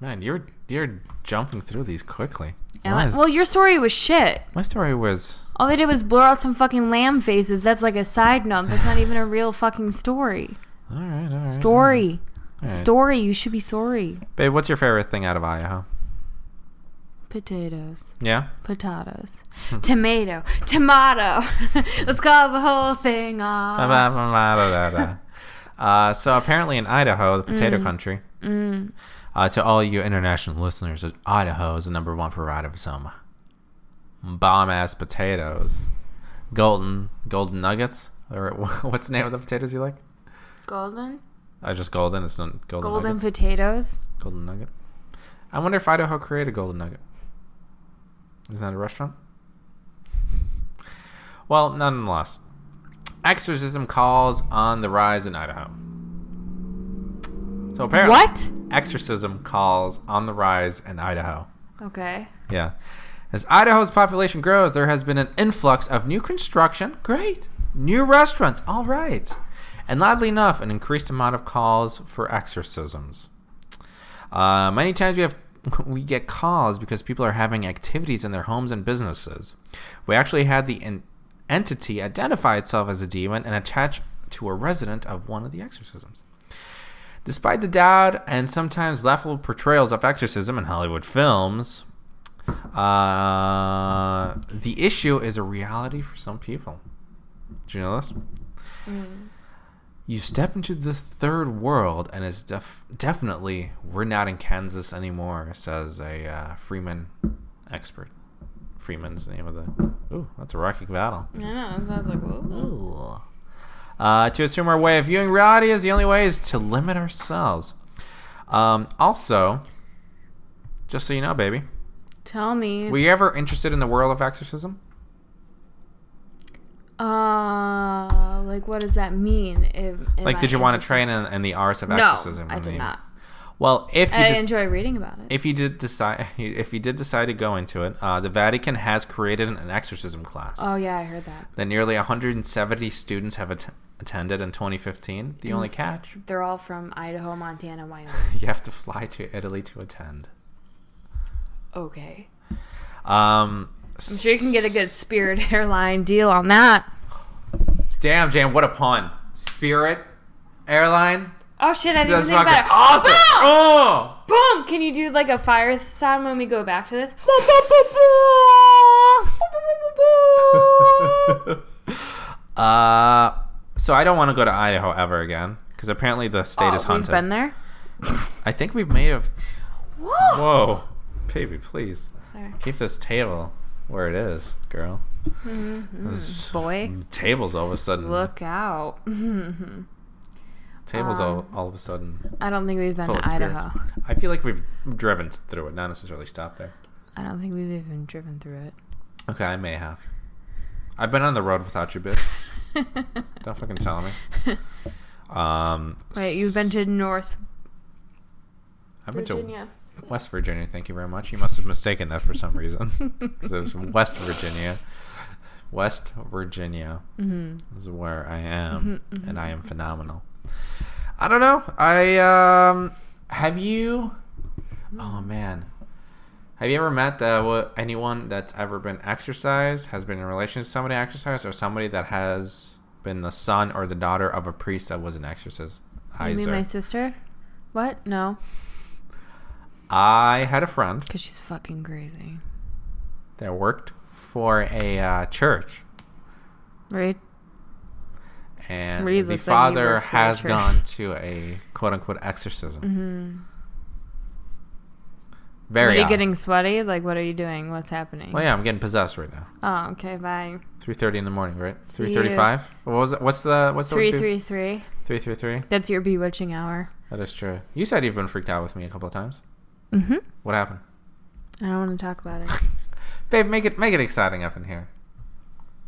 Speaker 1: Man, you're, you're jumping through these quickly.
Speaker 2: Am
Speaker 1: My-
Speaker 2: I- Well, your story was shit.
Speaker 1: my story was.
Speaker 2: All they did was blur out some fucking lamb faces. That's like a side note. That's not even a real fucking story.
Speaker 1: Alright, alright.
Speaker 2: Story.
Speaker 1: Alright.
Speaker 2: Story. You should be sorry.
Speaker 1: Babe, what's your favorite thing out of Idaho?
Speaker 2: Potatoes.
Speaker 1: Yeah?
Speaker 2: Potatoes.
Speaker 1: Hmm.
Speaker 2: Tomato. Tomato. Let's call the whole thing off.
Speaker 1: uh, so apparently in Idaho, the
Speaker 2: Mm-hmm.
Speaker 1: potato country,
Speaker 2: Mm.
Speaker 1: Uh, to all you international listeners, Idaho is the number one provider of some bomb ass potatoes, golden golden nuggets, or what's the name of the potatoes you like?
Speaker 2: Golden?
Speaker 1: Uh, just golden. It's not golden.
Speaker 2: Golden
Speaker 1: nuggets.
Speaker 2: potatoes?
Speaker 1: golden nugget. I wonder if Idaho created golden nugget. Is that a restaurant? Well, nonetheless, exorcism calls on the rise in Idaho. So apparently,
Speaker 2: What?
Speaker 1: exorcism calls on the rise in Idaho.
Speaker 2: Okay.
Speaker 1: Yeah. As Idaho's population grows, there has been an influx of new construction. Great. New restaurants. All right. And oddly enough, an increased amount of calls for exorcisms. Uh, many times we have we get calls because people are having activities in their homes and businesses. We actually had the en- entity identify itself as a demon and attach to a resident of one of the exorcisms. Despite the doubt and sometimes laughable portrayals of exorcism in Hollywood films, uh, the issue is a reality for some people. Do you know this?
Speaker 2: Mm.
Speaker 1: You step into the third world, and it's def- definitely we're not in Kansas anymore, says a uh, Freeman expert. Freeman's the name of the. Ooh, that's a rocky battle.
Speaker 2: I know. So I was like, whoa.
Speaker 1: Ooh. Uh, to assume our way of viewing reality is the only way is to limit ourselves. Um, also, just so you know, baby,
Speaker 2: Tell me.
Speaker 1: were you ever interested in the world of exorcism?
Speaker 2: uh, like, what does that mean? Am- am
Speaker 1: Like,
Speaker 2: I
Speaker 1: did you want to
Speaker 2: interested-
Speaker 1: train in, in the arts of
Speaker 2: No,
Speaker 1: exorcism?
Speaker 2: I
Speaker 1: and
Speaker 2: did
Speaker 1: the-
Speaker 2: not.
Speaker 1: Well, if you
Speaker 2: I
Speaker 1: just,
Speaker 2: enjoy reading about it.
Speaker 1: if you did decide if you did decide to go into it, uh, the Vatican has created an exorcism class
Speaker 2: Uh, oh yeah, I heard that.
Speaker 1: that nearly 170 students have att- attended in 2015. The
Speaker 2: Mm.
Speaker 1: only catch,
Speaker 2: They're all from Idaho, Montana, Wyoming.
Speaker 1: you have to fly to Italy to attend.
Speaker 2: Okay.
Speaker 1: Um,
Speaker 2: I'm sure you can get a good Spirit Airline deal on that.
Speaker 1: Damn, Jam, what a pun. Spirit Airline.
Speaker 2: Oh shit! I didn't
Speaker 1: That's
Speaker 2: think about
Speaker 1: fucking
Speaker 2: it.
Speaker 1: awesome.
Speaker 2: Boom!
Speaker 1: Oh!
Speaker 2: Boom! Can you do like a fire sound when we go back to this?
Speaker 1: uh, so I don't want to go to Idaho ever again because apparently the state is
Speaker 2: Oh, we've
Speaker 1: haunted.
Speaker 2: been there.
Speaker 1: I think we may have.
Speaker 2: Whoa!
Speaker 1: Whoa, baby, please
Speaker 2: Sorry.
Speaker 1: keep this table where it is, girl. This
Speaker 2: Boy,
Speaker 1: table's all of a sudden.
Speaker 2: Mm-hmm. look out!
Speaker 1: table's all, all of a sudden
Speaker 2: I don't think we've been
Speaker 1: full of
Speaker 2: to um, Idaho.
Speaker 1: spirits. I feel like we've driven through it, not necessarily stopped there.
Speaker 2: I don't think we've even driven through
Speaker 1: Okay, I may have. I've been on the road without you, bitch.
Speaker 2: it.
Speaker 1: Don't fucking tell me. Um,
Speaker 2: Wait, you've been to North
Speaker 1: I've been to
Speaker 2: Virginia.
Speaker 1: West Virginia. Thank you very much. You must have mistaken that for some reason. 'Cause it was from West Virginia. West Virginia
Speaker 2: Mm-hmm.
Speaker 1: is where I am, and I am phenomenal. I don't know. I um, have you. Oh man, have you ever met uh, wha- anyone that's ever been exercised, has been in relation to somebody exercised, or somebody that has been the son or the daughter of a priest that was an exorcist?
Speaker 2: You mean my
Speaker 1: Heiser.
Speaker 2: sister? What? No,
Speaker 1: I had a friend
Speaker 2: because she's fucking crazy.
Speaker 1: that worked for a uh, church,
Speaker 2: Right?
Speaker 1: and
Speaker 2: Reed
Speaker 1: the
Speaker 2: looks like he
Speaker 1: father
Speaker 2: works for a
Speaker 1: has
Speaker 2: church.
Speaker 1: gone to a quote unquote exorcism.
Speaker 2: Mm-hmm. Are
Speaker 1: Very
Speaker 2: you
Speaker 1: odd.
Speaker 2: getting sweaty? Like, what are you doing? What's happening?
Speaker 1: Well, Oh, yeah, I'm getting possessed right now.
Speaker 2: Oh, okay. Bye.
Speaker 1: Three thirty in the morning, right?
Speaker 2: See
Speaker 1: Three
Speaker 2: you.
Speaker 1: thirty-five. What was it? What's the Uh, what's
Speaker 2: Three,
Speaker 1: the
Speaker 2: three, three.
Speaker 1: three three three?
Speaker 2: That's your bewitching hour.
Speaker 1: That is true. You said you've been freaked out with me a couple of times.
Speaker 2: Mm-hmm.
Speaker 1: What happened,
Speaker 2: I don't want to talk about it.
Speaker 1: babe? Make it make it exciting up in here.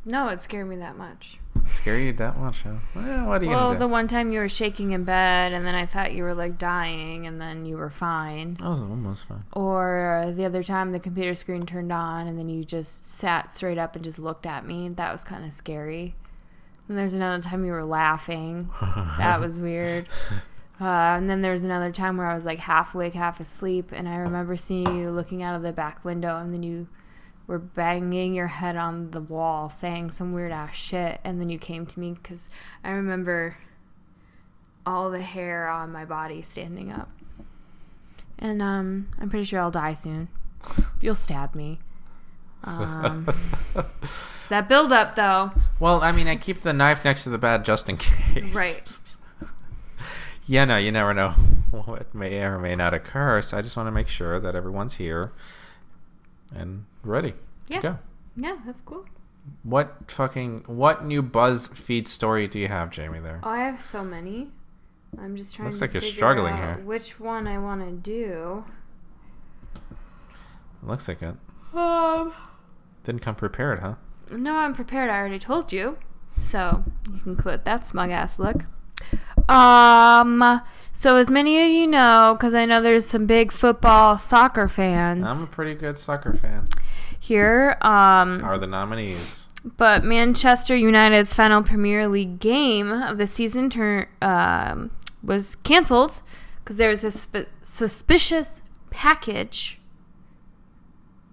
Speaker 2: No, it scared me that much.
Speaker 1: Scare you that much? Huh? Well, what are you
Speaker 2: Well,
Speaker 1: gonna do?
Speaker 2: the one time you were shaking in bed, and then I thought you were like dying, and then you were fine.
Speaker 1: That was almost fun.
Speaker 2: Or the other time the computer screen turned on, and then you just sat straight up and just looked at me. That was kind of scary. And there's another time you were laughing. That was weird. Uh, and then there was another time where I was like half awake, half asleep, and I remember seeing you looking out of the back window, and then you were banging your head on the wall, saying some weird ass shit, and then you came to me because I remember all the hair on my body standing up. And um, I'm pretty sure I'll die soon. You'll stab me. Um, it's that build up, though.
Speaker 1: Well, I mean, I keep the knife next to the bed just in case.
Speaker 2: Right.
Speaker 1: Yeah, no, you never know what may or may not occur. So I just want to make sure that everyone's here and ready
Speaker 2: Yeah.
Speaker 1: to go.
Speaker 2: Yeah, that's cool.
Speaker 1: What fucking what new BuzzFeed story do you have, Jamie? There.
Speaker 2: Oh, I have so many. I'm just trying
Speaker 1: Looks
Speaker 2: to
Speaker 1: like you're
Speaker 2: figure
Speaker 1: struggling
Speaker 2: out
Speaker 1: here.
Speaker 2: which one I want to do.
Speaker 1: Looks like it.
Speaker 2: Um,
Speaker 1: Didn't come prepared, huh?
Speaker 2: no, I'm prepared. I already told you. So you can quit that smug ass look. Um, so as many of you know, because I know there's some big football soccer fans
Speaker 1: I'm a pretty good soccer fan.
Speaker 2: here. Um,
Speaker 1: Are the nominees?
Speaker 2: But Manchester United's final Premier League game of the season turn um, was canceled because there was this sp- suspicious package.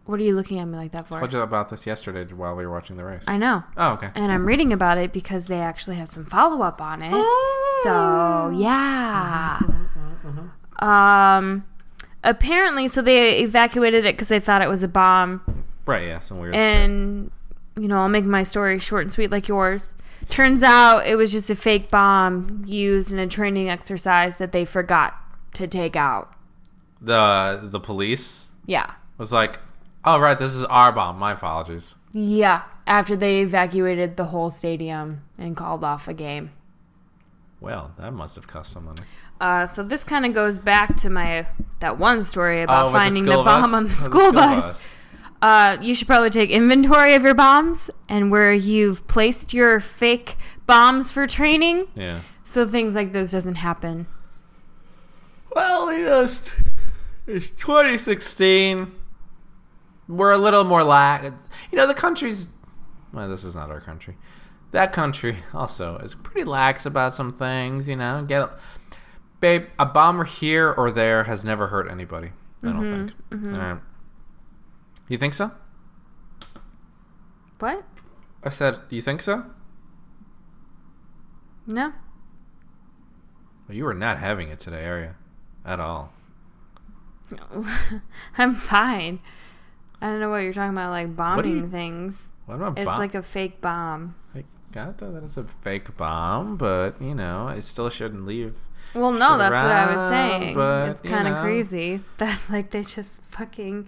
Speaker 2: What are you looking at me like that
Speaker 1: I
Speaker 2: for?
Speaker 1: told you about this yesterday while we were watching the race.
Speaker 2: I know.
Speaker 1: oh, okay.
Speaker 2: And I'm reading about it because they actually have some follow up on it. So, yeah. Um, apparently, so they evacuated it because they thought it was a bomb.
Speaker 1: Right, yeah, some weird.
Speaker 2: and you know i'll make my story short and sweet like yours turns out it was just a fake bomb used in a training exercise that they forgot to take out
Speaker 1: the the police
Speaker 2: yeah
Speaker 1: was like, "Oh, right, this is our bomb. My apologies."
Speaker 2: yeah after they evacuated the whole stadium and called off a game
Speaker 1: Well, that must have cost some money.
Speaker 2: uh, so this kind of goes back to my that one story about
Speaker 1: Oh, with the
Speaker 2: finding the,
Speaker 1: school
Speaker 2: bomb
Speaker 1: bus?
Speaker 2: on the
Speaker 1: With the
Speaker 2: school,
Speaker 1: school
Speaker 2: bus.
Speaker 1: bus.
Speaker 2: Uh, you should probably take inventory of your bombs and where you've placed your fake bombs for training
Speaker 1: Yeah.
Speaker 2: so things like this doesn't happen
Speaker 1: Well, you know, it's, it's 2016. We're a little more lax. You know, the country's. Well, this is not our country. that country also is pretty lax about some things. You know, get babe a bomber here or there has never hurt anybody. I don't
Speaker 2: Mm-hmm,
Speaker 1: think. All right. You think so?
Speaker 2: What?
Speaker 1: I said, you think so?
Speaker 2: No.
Speaker 1: Well, you were not having it today, are you? At all.
Speaker 2: No. I'm fine. I don't know what you're talking about, like
Speaker 1: do you-
Speaker 2: bombing things.
Speaker 1: What about
Speaker 2: It's
Speaker 1: bomb?
Speaker 2: like a fake bomb.
Speaker 1: Like, I thought that was a fake bomb, but you know, it still shouldn't leave.
Speaker 2: Well, no, that's what I was
Speaker 1: Surround,
Speaker 2: saying.
Speaker 1: but,
Speaker 2: it's
Speaker 1: you
Speaker 2: kind of
Speaker 1: know.
Speaker 2: crazy that like they just fucking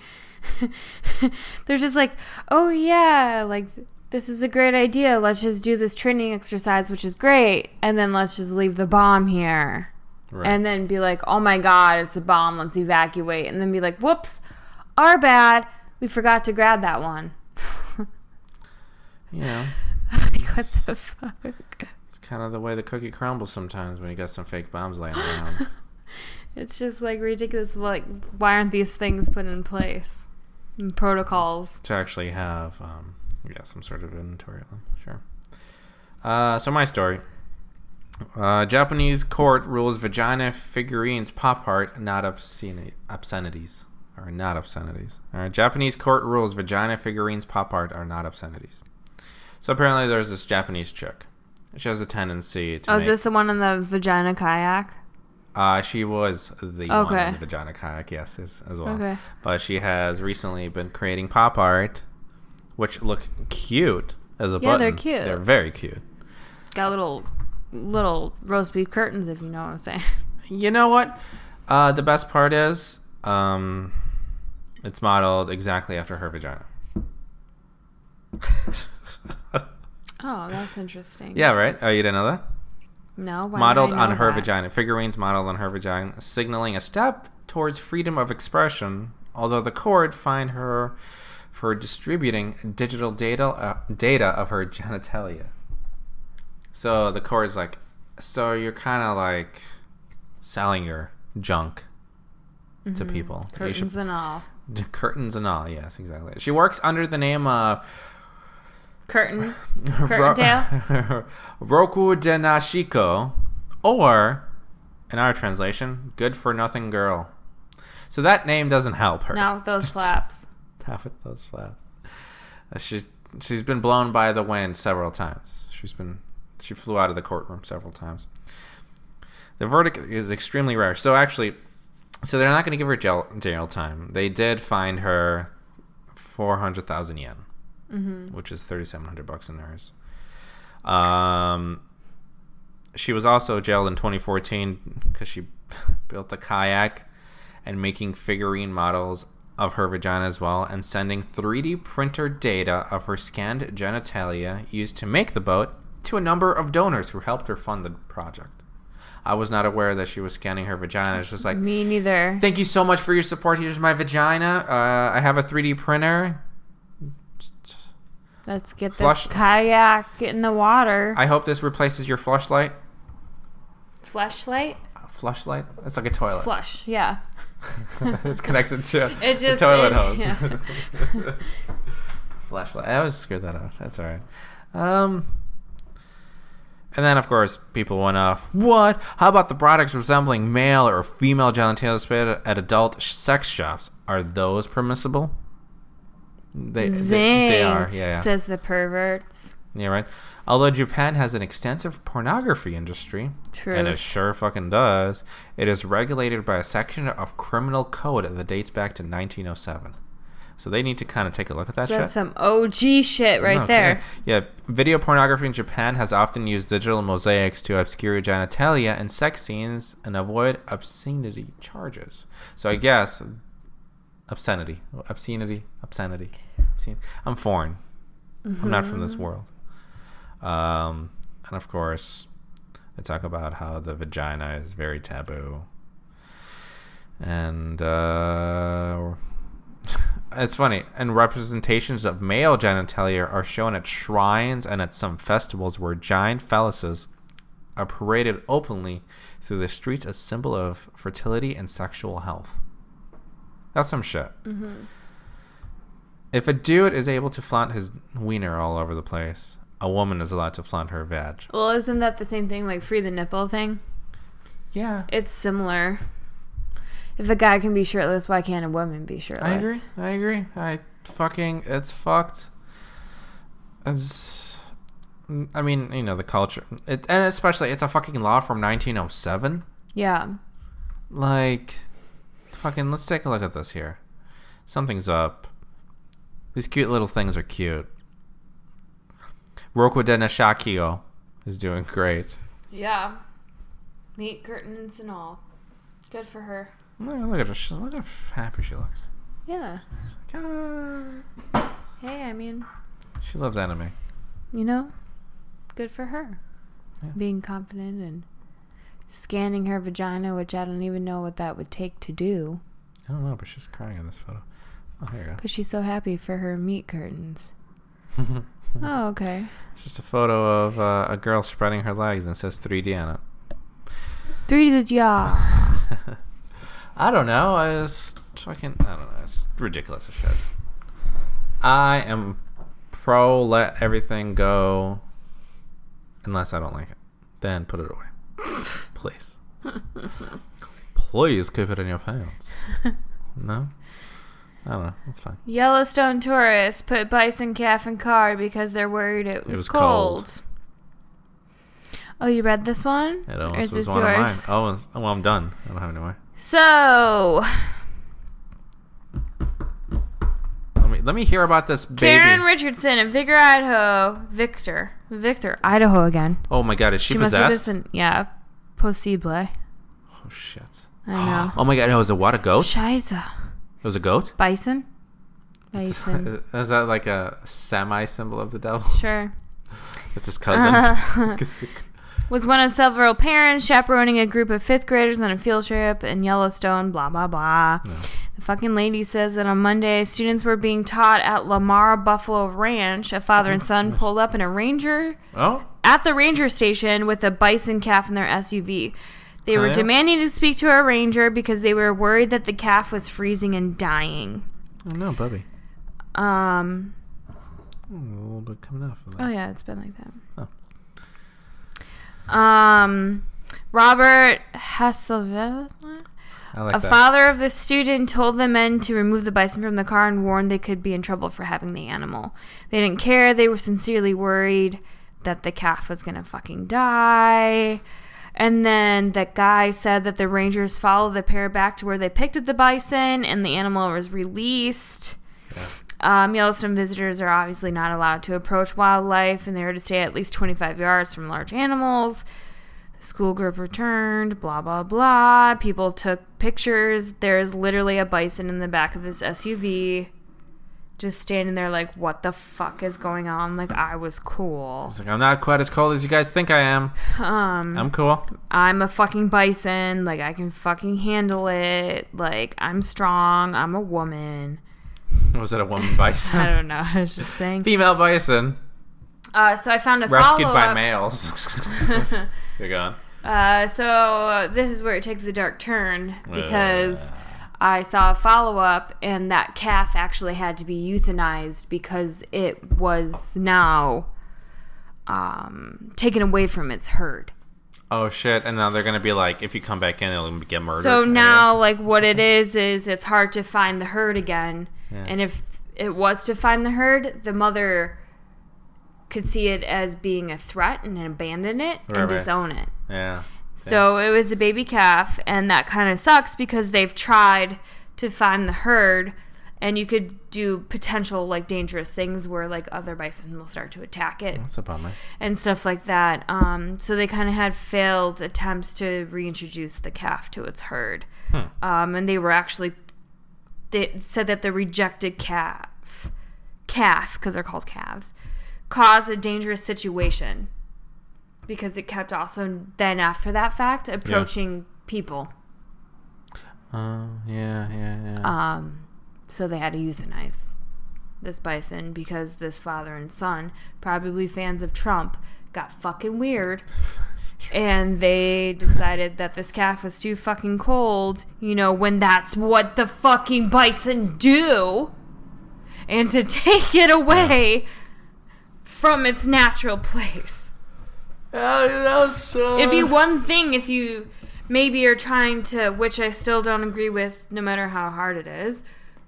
Speaker 2: they're just like, "Oh yeah, like this is a great idea. Let's just do this training exercise, which is great, and then let's just leave the bomb here."
Speaker 1: Right.
Speaker 2: And then be like, "Oh my god, it's a bomb. Let's evacuate." And then be like, "Whoops. Our bad. We forgot to grab that one."
Speaker 1: you know,
Speaker 2: like, what the fuck?
Speaker 1: it's kind of the way the cookie crumbles sometimes when you got some fake bombs laying around.
Speaker 2: It's just like ridiculous. Like, why aren't these things put in place? And protocols.
Speaker 1: to actually have, um, yeah, some sort of inventory of them. Sure. Uh, so my story. Uh, Japanese court rules vagina figurines pop art not obscene obscenities are not obscenities. All right. Japanese court rules vagina figurines pop art are not obscenities. So apparently there's this Japanese chick. She has a tendency to
Speaker 2: Oh,
Speaker 1: make,
Speaker 2: is this the one in the vagina kayak?
Speaker 1: Uh, she was the one
Speaker 2: Okay.
Speaker 1: in the vagina kayak, yes, as, as well.
Speaker 2: Okay.
Speaker 1: But she has recently been creating pop art, which look cute as a
Speaker 2: Yeah, they're
Speaker 1: button.
Speaker 2: cute.
Speaker 1: They're very cute.
Speaker 2: Got little, little roast beef curtains, if you know what I'm saying.
Speaker 1: You know what? Uh, the best part is, um, it's modeled exactly after her vagina.
Speaker 2: Oh, that's interesting.
Speaker 1: Yeah, right. Oh, you didn't know that?
Speaker 2: No. Why would I
Speaker 1: modeled on
Speaker 2: know
Speaker 1: her
Speaker 2: that?
Speaker 1: vagina. Figurines modeled on her vagina, signaling a step towards freedom of expression. Although the court fined her for distributing digital data uh, data of her genitalia. So the court is like, so you're kind of like selling your junk to people. You should
Speaker 2: Mm-hmm. Curtains and all.
Speaker 1: D- curtains and all. Yes, exactly. She works under the name of
Speaker 2: Curtain.
Speaker 1: Ro-
Speaker 2: Curtaindale?
Speaker 1: Roku Denashiko, or in our translation, "Good for Nothing Girl." So that name doesn't help her.
Speaker 2: Not with those flaps.
Speaker 1: Not with those flaps. Uh, She she's been blown by the wind several times. She's been she flew out of the courtroom several times. The verdict is extremely rare. So actually, so they're not going to give her jail, jail time. They did find her four hundred thousand yen, which is thirty seven hundred bucks in ours. Um, she was also jailed in 2014 because she built a kayak and making figurine models of her vagina as well and sending 3D printer data of her scanned genitalia used to make the boat to a number of donors who helped her fund the project. I was not aware that she was scanning her vagina. It's just like,
Speaker 2: Me neither.
Speaker 1: thank you so much for your support. Here's my vagina. Uh, I have a 3D printer.
Speaker 2: Let's get this
Speaker 1: Flush-
Speaker 2: kayak in the water.
Speaker 1: I hope this replaces your flashlight.
Speaker 2: Flashlight.
Speaker 1: Flashlight? It's like a toilet.
Speaker 2: Flush. Yeah.
Speaker 1: it's connected to
Speaker 2: It just-
Speaker 1: the toilet
Speaker 2: it-
Speaker 1: hose.
Speaker 2: yeah.
Speaker 1: Flashlight. I always screwed that up. That's all right. Um, and then, of course, people went off. What? How about the products resembling male or female genitalia displayed at adult sh- sex shops? Are those permissible? They, they,
Speaker 2: Zing.
Speaker 1: they are. Yeah, yeah.
Speaker 2: Says the perverts.
Speaker 1: Yeah, right. Although Japan has an extensive pornography industry, and it
Speaker 2: Truth.
Speaker 1: sure fucking does, it is regulated by a section of criminal code that dates back to 1907. So they need to kind of take a look at that
Speaker 2: That's
Speaker 1: shit.
Speaker 2: some OG shit right
Speaker 1: No
Speaker 2: there.
Speaker 1: kidding. Yeah, video pornography in Japan has often used digital mosaics to obscure genitalia in sex scenes and avoid obscenity charges. So I guess obscenity, obscenity, obscenity. Obscene. I'm foreign. I'm not from this
Speaker 2: Mm-hmm.
Speaker 1: world. Um, and of course, they talk about how the vagina is very taboo. And uh, it's funny. And representations of male genitalia are shown at shrines and at some festivals where giant phalluses are paraded openly through the streets as symbol of fertility and sexual health. That's some shit. If a dude is able to flaunt his wiener all over the place, a woman is allowed to flaunt her vag.
Speaker 2: Well, isn't that the same thing like free the nipple thing?
Speaker 1: Yeah.
Speaker 2: It's similar. If a guy can be shirtless, why can't a woman be shirtless?
Speaker 1: I agree. I agree. I fucking it's fucked. It's I mean, you know, the culture. It, and especially it's a fucking law from 1907.
Speaker 2: Yeah.
Speaker 1: Like fucking let's take a look at this here. Something's up. These cute little things are cute. Rokuden Shakio is doing great.
Speaker 2: Yeah. Meat curtains and all. Good for her.
Speaker 1: Look, look at her. She's, look how happy she looks.
Speaker 2: Yeah.
Speaker 1: Like, ah.
Speaker 2: Hey, I mean,
Speaker 1: She loves anime.
Speaker 2: you know, good for her.
Speaker 1: Yeah.
Speaker 2: Being confident and scanning her vagina, which I don't even know what that would take to do
Speaker 1: I don't know, but she's crying in this photo. Oh, here you go.
Speaker 2: because she's so happy for her meat curtains. oh, okay.
Speaker 1: It's just a photo of uh, a girl spreading her legs and it says 3D on it.
Speaker 2: Three to the jaw.
Speaker 1: I don't know. I just fucking. I don't know. It's ridiculous as shit. I am pro let everything go unless I don't like it. Then put it away. Please. Please keep it in your pants. No? I don't know. It's fine.
Speaker 2: Yellowstone tourists put bison calf in car because they're worried it was,
Speaker 1: was
Speaker 2: cold.
Speaker 1: cold.
Speaker 2: Oh, you read this one?
Speaker 1: It
Speaker 2: Or
Speaker 1: almost
Speaker 2: is
Speaker 1: was
Speaker 2: this
Speaker 1: one
Speaker 2: yours?
Speaker 1: of mine. Oh, it's- oh, well, I'm done. I don't have any more.
Speaker 2: So,
Speaker 1: Let me, let me hear about this baby.
Speaker 2: Karen Richardson in Victor, Idaho. Victor, Victor, Idaho again.
Speaker 1: oh my god, is she,
Speaker 2: must have
Speaker 1: possessed?
Speaker 2: been, yeah, possible. I
Speaker 1: Oh shit.
Speaker 2: know.
Speaker 1: Oh my god, no, it was a what? A goat?
Speaker 2: Shiza.
Speaker 1: It was a goat?
Speaker 2: Bison? Bison.
Speaker 1: Is that like a semi symbol of the devil?
Speaker 2: sure.
Speaker 1: It's his cousin.
Speaker 2: Uh, was one of several parents chaperoning a group of fifth graders on a field trip in Yellowstone, blah, blah, blah. The fucking lady says that on Monday, students were being taught at Lamar Buffalo Ranch. A father and son pulled up in a ranger
Speaker 1: oh,
Speaker 2: at the ranger station with a bison calf in their SUV. They were
Speaker 1: Huh?
Speaker 2: demanding to speak to a ranger because they were worried that the calf was freezing and dying.
Speaker 1: oh no, Bubby.
Speaker 2: Um,
Speaker 1: Oh, a little bit coming off of that. Oh,
Speaker 2: Oh yeah, it's been like that. Um, Robert Hasselveld,
Speaker 1: I like
Speaker 2: a
Speaker 1: that.
Speaker 2: father of the student, told the men to remove the bison from the car and warned they could be in trouble for having the animal. They didn't care. They were sincerely worried that the calf was gonna fucking die. And then that guy said that the rangers followed the pair back to where they picked up the bison, and the animal was released. Um, Yellowstone visitors are obviously not allowed to approach wildlife, and they're to stay at least 25 yards from large animals. The school group returned, blah, blah, blah. People took pictures. There's literally a bison in the back of this SUV, just standing there, like, what the fuck is going on? Like, I was cool.
Speaker 1: It's like, I'm not quite as cold as you guys think I am.
Speaker 2: Um,
Speaker 1: I'm cool.
Speaker 2: I'm a fucking bison. Like, I can fucking handle it. Like, I'm strong. I'm a woman.
Speaker 1: Was it a woman
Speaker 2: I
Speaker 1: bison?
Speaker 2: don't know. I was just saying.
Speaker 1: Female bison
Speaker 2: Uh, so I found a
Speaker 1: rescued
Speaker 2: follow
Speaker 1: by
Speaker 2: up.
Speaker 1: males. You're gone.
Speaker 2: Uh, so uh, this is where it takes a dark turn because I saw a follow up, and that calf actually had to be euthanized because it was now um, taken away from its herd.
Speaker 1: Oh shit! And now they're gonna be like, if you come back in, it'll get murdered.
Speaker 2: So
Speaker 1: anyway.
Speaker 2: now, like, what it is is it's hard to find the herd again,
Speaker 1: Yeah.
Speaker 2: and if it was to find the herd, the mother could see it as being a threat and abandon it
Speaker 1: Right,
Speaker 2: and
Speaker 1: right.
Speaker 2: disown it.
Speaker 1: Yeah.
Speaker 2: So it was a baby calf, and that kind of sucks because they've tried to find the herd, and you could do potential like dangerous things where like other bison will start to attack it
Speaker 1: That's a bummer.
Speaker 2: and stuff like that. Um, so they kind of had failed attempts to reintroduce the calf to its herd,
Speaker 1: Hmm.
Speaker 2: um, and they were actually they said that the rejected calf calf because they're called calves caused a dangerous situation because it kept also then after that fact approaching people.
Speaker 1: Oh yeah, yeah, yeah.
Speaker 2: Um, so they had to euthanize this bison because this father and son, probably fans of Trump, got fucking weird. And they decided that this calf was too fucking cold, you know, when that's what the fucking bison do. And to take it away from its natural place. It'd be one thing if you maybe are trying to, which I still don't agree with, no matter how hard it is.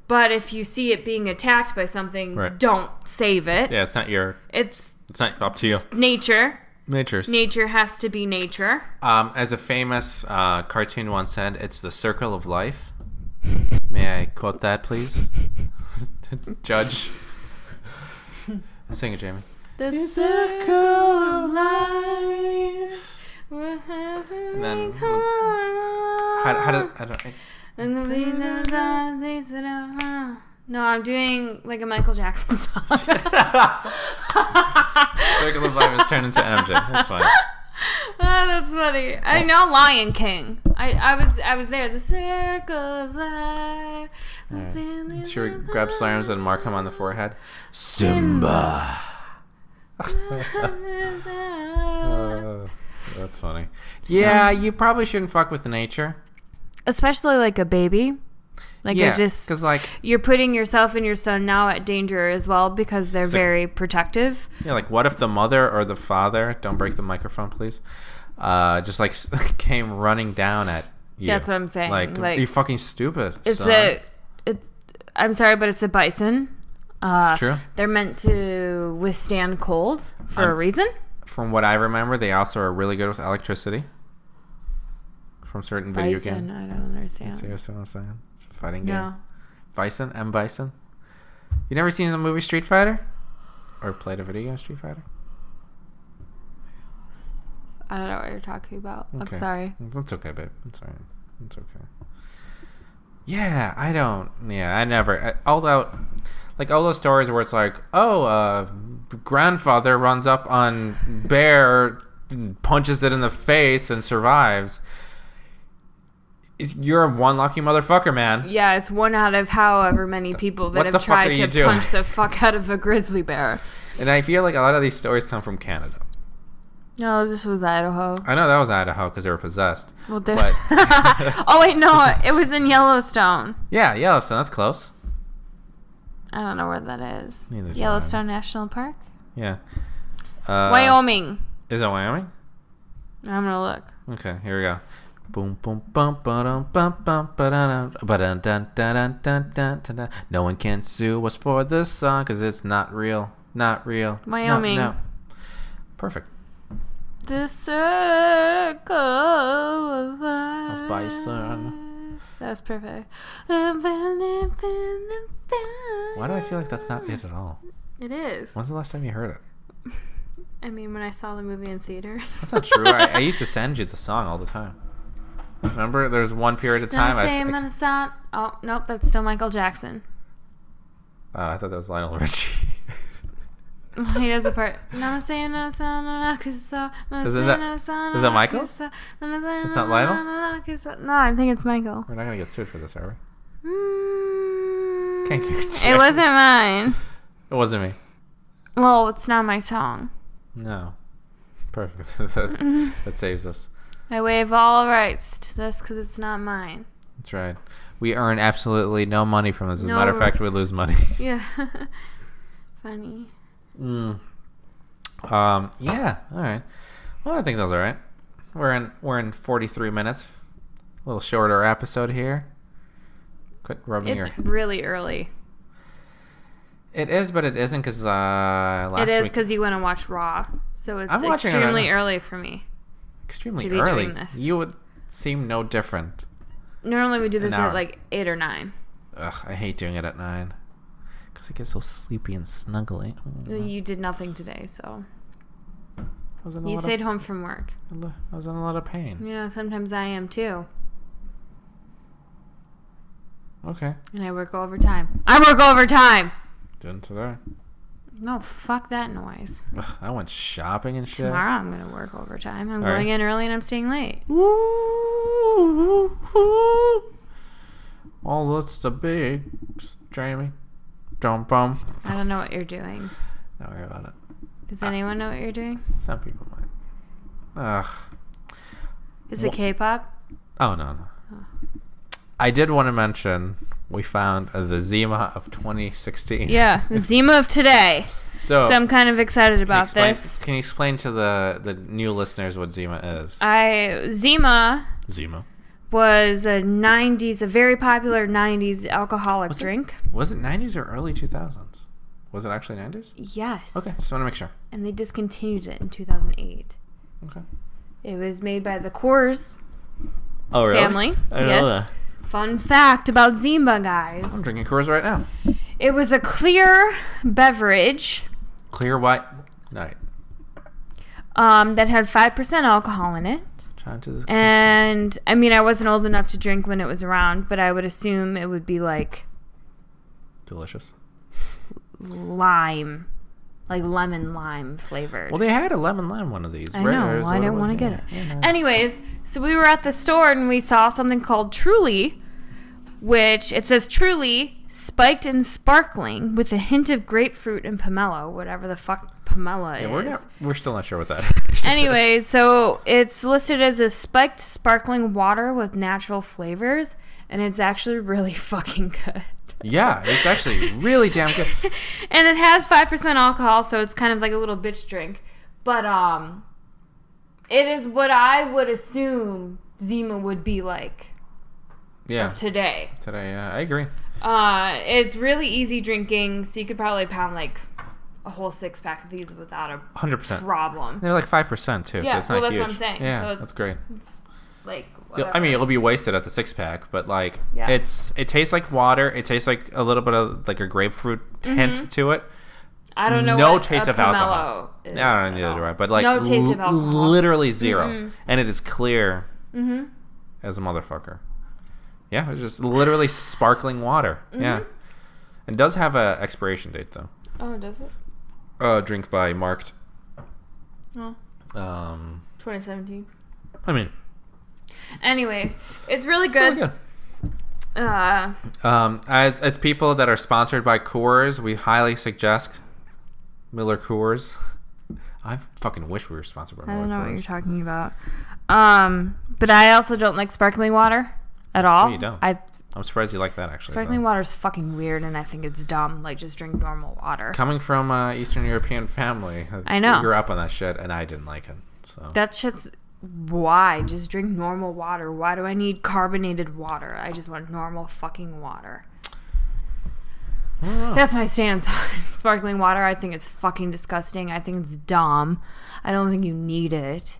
Speaker 2: But if you see it being attacked by something,
Speaker 1: Right.
Speaker 2: don't save it.
Speaker 1: yeah, it's not your.
Speaker 2: It's
Speaker 1: It's not up to you.
Speaker 2: nature.
Speaker 1: Nature's.
Speaker 2: Nature has to be nature.
Speaker 1: Um, as a famous uh, cartoon once said, it's the circle of life. May I quote that, please? Judge. Sing it, Jamie.
Speaker 2: The
Speaker 1: circle of life.
Speaker 2: And
Speaker 1: then- How, uh, how do, I don't,
Speaker 2: And the way that I taste it, uh, No, I'm doing like a Michael Jackson song.
Speaker 1: circle of life has turned into MJ. That's fine.
Speaker 2: Ah, that's funny. I know Lion King. I, I was I was there. The circle of life. the feeling
Speaker 1: She
Speaker 2: of
Speaker 1: grabs his arms and mark him on the forehead. Simba.
Speaker 2: Uh,
Speaker 1: that's funny. Uh, Yeah, you probably shouldn't fuck with nature.
Speaker 2: Especially like a baby. Like
Speaker 1: yeah,
Speaker 2: you're just
Speaker 1: because like
Speaker 2: you're putting yourself and your son now at danger as well because they're very protective.
Speaker 1: Yeah, like what if the mother or the father, don't break the microphone, please, uh, just like s- came running down at you.
Speaker 2: That's what I'm saying,
Speaker 1: Like,
Speaker 2: like,
Speaker 1: you fucking stupid.
Speaker 2: It's
Speaker 1: son."
Speaker 2: a it's I'm sorry, but it's a bison. Uh,
Speaker 1: It's true.
Speaker 2: They're meant to withstand cold for a reason.
Speaker 1: From what I remember, they also are really good with electricity. From certain video
Speaker 2: Bison,
Speaker 1: games.
Speaker 2: I don't understand.
Speaker 1: Seriously, what I'm saying? It's a fighting game.
Speaker 2: No.
Speaker 1: Bison, M Bison. You never seen the movie Street Fighter, or played a video game Street Fighter?
Speaker 2: I don't know what you're talking about.
Speaker 1: Okay.
Speaker 2: I'm sorry.
Speaker 1: That's okay, babe. It's alright. It's okay. Yeah, I don't. Yeah, I never. I, all that, like all those stories where it's like, oh, uh, grandfather runs up on bear, punches it in the face, and survives. Is- You're a one lucky motherfucker, man.
Speaker 2: Yeah, it's one out of however many people
Speaker 1: What
Speaker 2: that
Speaker 1: the
Speaker 2: have
Speaker 1: fuck are
Speaker 2: tried
Speaker 1: you
Speaker 2: to
Speaker 1: doing?
Speaker 2: punch the fuck out of a grizzly bear.
Speaker 1: And I feel like a lot of these stories come from Canada.
Speaker 2: No, this was Idaho.
Speaker 1: I know that was Idaho because they were possessed.
Speaker 2: Well, they-
Speaker 1: But-
Speaker 2: oh wait, no, it was in Yellowstone.
Speaker 1: Yeah, Yellowstone. That's close.
Speaker 2: I don't know where that is.
Speaker 1: Neither do I.
Speaker 2: Yellowstone National Park,
Speaker 1: Yeah. Uh,
Speaker 2: Wyoming.
Speaker 1: Is it Wyoming?
Speaker 2: I'm gonna look.
Speaker 1: Okay, here we go. Boom, boom, bum, ba-dum, bum, bum, ba-dum, ba-dum, dun, dun, dun, dun, dun, dun, dun. No one can sue us for this song because it's not real. Not real. No,
Speaker 2: Wyoming.
Speaker 1: No, Perfect.
Speaker 2: The circle of,
Speaker 1: Of bison.
Speaker 2: That was perfect. Why
Speaker 1: Why do I feel like that's not it at all?
Speaker 2: It is.
Speaker 1: When's the last time you heard it?
Speaker 2: I mean, when I saw the movie in theaters.
Speaker 1: That's not true. I, I used to send you the song all the time. Remember, there's one period of time. I,
Speaker 2: Same
Speaker 1: I,
Speaker 2: Oh nope, that's still Michael Jackson.
Speaker 1: oh, I thought that was Lionel Richie.
Speaker 2: He does a part. Isn't that,
Speaker 1: is that Michael?
Speaker 2: It's
Speaker 1: not Lionel?
Speaker 2: No, I think it's Michael.
Speaker 1: We're not gonna get sued for this, are
Speaker 2: Mm,
Speaker 1: Can't guarantee.
Speaker 2: it wasn't mine.
Speaker 1: we? It wasn't me.
Speaker 2: Well, it's not my song.
Speaker 1: No. Perfect. that, that saves us.
Speaker 2: I waive all rights to this because it's not mine.
Speaker 1: That's right. We earn absolutely no money from this. As a
Speaker 2: No.
Speaker 1: matter of fact, we lose money.
Speaker 2: Yeah. Funny.
Speaker 1: Mm. Um. Yeah. All right. Well, I think that was all right. We're in. We're in 43 minutes. A little shorter episode here. Quit rubbing
Speaker 2: It's
Speaker 1: your.
Speaker 2: really early.
Speaker 1: It is, but it isn't because uh, last
Speaker 2: it is
Speaker 1: week
Speaker 2: because you want to watch Raw, so it's
Speaker 1: I'm watching it right
Speaker 2: extremely
Speaker 1: now.
Speaker 2: early for me.
Speaker 1: extremely
Speaker 2: to be
Speaker 1: early.
Speaker 2: doing this.
Speaker 1: You would seem no different.
Speaker 2: Normally we do this
Speaker 1: An hour.
Speaker 2: at like eight or nine.
Speaker 1: Ugh, I hate doing it at nine. Cause I get so sleepy and snuggly. Mm.
Speaker 2: You did nothing today, so
Speaker 1: I was in a
Speaker 2: you
Speaker 1: lot
Speaker 2: stayed
Speaker 1: of,
Speaker 2: home from work.
Speaker 1: I was in a lot of pain.
Speaker 2: You know, sometimes I am too,
Speaker 1: Okay.
Speaker 2: and I work overtime. I work overtime.
Speaker 1: Didn't today.
Speaker 2: No, fuck that noise.
Speaker 1: Ugh, I went shopping and shit.
Speaker 2: Tomorrow I'm gonna work overtime. I'm
Speaker 1: All right.
Speaker 2: going in early and I'm staying late.
Speaker 1: All that's the big, Jamie. Dum bum.
Speaker 2: I don't know what you're doing.
Speaker 1: Don't worry about it. Uh,
Speaker 2: Does anyone know what you're doing?
Speaker 1: Some people might. Ugh.
Speaker 2: Is it
Speaker 1: Wha-
Speaker 2: K-pop?
Speaker 1: Oh no no. I did want to mention we found uh, the Zima of 2016.
Speaker 2: Yeah, the Zima of today.
Speaker 1: So,
Speaker 2: So I'm kind of excited
Speaker 1: Oh. can you
Speaker 2: about
Speaker 1: explain-
Speaker 2: this.
Speaker 1: Can you explain to the the new listeners what Zima is?
Speaker 2: Uh, I Zima
Speaker 1: Zima
Speaker 2: was a 90s, a very popular 90s alcoholic
Speaker 1: Was it-
Speaker 2: drink.
Speaker 1: was it 90s or early 2000s? Was it actually 90s?
Speaker 2: Yes.
Speaker 1: Okay, just want to make sure.
Speaker 2: And they discontinued it in 2008.
Speaker 1: Okay.
Speaker 2: It was made by the Coors.
Speaker 1: Oh,
Speaker 2: really? Family, I didn't know yes. Fun fact about Zima, guys.
Speaker 1: I'm drinking Coors right now.
Speaker 2: It was a clear beverage
Speaker 1: Clear white night.
Speaker 2: um, that had 5% alcohol in it.
Speaker 1: Time to the
Speaker 2: And I mean, I wasn't old enough to drink when it was around, but I would assume it would be like
Speaker 1: delicious.
Speaker 2: lime, like lemon lime flavored.
Speaker 1: Well, they had a lemon lime one of these.
Speaker 2: I
Speaker 1: right?
Speaker 2: know.
Speaker 1: Or is
Speaker 2: well, I
Speaker 1: what
Speaker 2: don't
Speaker 1: was?
Speaker 2: want to get it.
Speaker 1: Yeah, yeah.
Speaker 2: Anyways, so we were at the store and we saw something called Truly, which it says Truly spiked and sparkling with a hint of grapefruit and pomelo, whatever the fuck pomelo
Speaker 1: Yeah, we're
Speaker 2: is.
Speaker 1: not, we're still not sure what that. actually is.
Speaker 2: Anyway, so it's listed as a spiked sparkling water with natural flavors, and it's actually really fucking good.
Speaker 1: Yeah, it's actually really damn good.
Speaker 2: and it has 5% alcohol, so it's kind of like a little bitch drink. But um it is what I would assume Zima would be like
Speaker 1: Yeah,
Speaker 2: today.
Speaker 1: today. Yeah, I agree.
Speaker 2: Uh it's really easy drinking, so you could probably pound like a whole six pack of these without a
Speaker 1: Hundred percent.
Speaker 2: problem.
Speaker 1: They're like five percent too,
Speaker 2: Yeah,
Speaker 1: so it's not
Speaker 2: well, that's what
Speaker 1: huge.
Speaker 2: I'm saying.
Speaker 1: Yeah,
Speaker 2: So it's-
Speaker 1: that's great.
Speaker 2: Like
Speaker 1: Yeah,
Speaker 2: whatever.
Speaker 1: I mean, it'll be wasted at the six pack, but like
Speaker 2: Yeah.
Speaker 1: it's it tastes like water. It tastes like a little bit of like a grapefruit
Speaker 2: Mm-hmm.
Speaker 1: hint to it.
Speaker 2: I don't know.
Speaker 1: no
Speaker 2: what
Speaker 1: taste
Speaker 2: a
Speaker 1: of
Speaker 2: pomelo
Speaker 1: alcohol.
Speaker 2: Is
Speaker 1: Yeah, I
Speaker 2: at
Speaker 1: don't know neither
Speaker 2: all.
Speaker 1: do I. But like
Speaker 2: no taste Mm-hmm. of
Speaker 1: l-
Speaker 2: alcohol.
Speaker 1: literally 0 and it is clear
Speaker 2: hmm
Speaker 1: as a motherfucker. Yeah, it's just literally sparkling water.
Speaker 2: Mm-hmm.
Speaker 1: Yeah, it does have a expiration date though.
Speaker 2: Oh, does it?
Speaker 1: Uh, drink by marked.
Speaker 2: Oh,
Speaker 1: Um,
Speaker 2: 2017.
Speaker 1: I mean,
Speaker 2: Anyways, it's really
Speaker 1: it's really
Speaker 2: good.
Speaker 1: good.
Speaker 2: Uh,
Speaker 1: Um, as as people that are sponsored by Coors, we highly suggest Miller Coors. I fucking wish we were sponsored by
Speaker 2: I
Speaker 1: Miller
Speaker 2: don't know
Speaker 1: Coors.
Speaker 2: what you're talking about. Um, but I also don't like sparkling water at all.
Speaker 1: you don't.
Speaker 2: I
Speaker 1: I'm surprised you like that actually.
Speaker 2: sparkling
Speaker 1: though.
Speaker 2: water is fucking weird, and I think it's dumb. Like, just drink normal water.
Speaker 1: Coming from a Eastern European family,
Speaker 2: I know.
Speaker 1: we grew up on that shit, and I didn't like it. So
Speaker 2: That shit's why. Just drink normal water. Why do I need carbonated water? I just want normal fucking water.
Speaker 1: I don't know.
Speaker 2: That's my stance on sparkling water. I think it's fucking disgusting. I think it's dumb. I don't think you need it.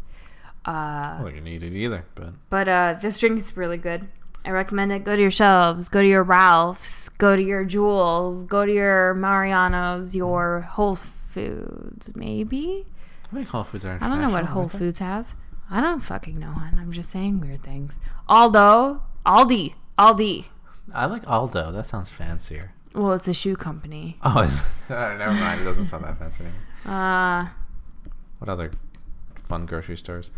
Speaker 1: I
Speaker 2: Uh,
Speaker 1: don't think you need it either. But
Speaker 2: but uh, this drink is really good. I recommend it. Go to your shelves. Go to your Ralph's. Go to your Jewels. Go to your Mariano's. Your Whole Foods, maybe.
Speaker 1: I think Whole Foods are.
Speaker 2: I don't know what
Speaker 1: international,
Speaker 2: Whole
Speaker 1: aren't they?
Speaker 2: Foods has. I don't fucking know, hon. I'm just saying weird things. Aldo, Aldi, Aldi.
Speaker 1: I like Aldo. That sounds fancier.
Speaker 2: Well, it's a shoe company.
Speaker 1: Oh, it's, oh, never mind. It doesn't sound that fancy. anymore.
Speaker 2: Uh,
Speaker 1: What other fun grocery stores?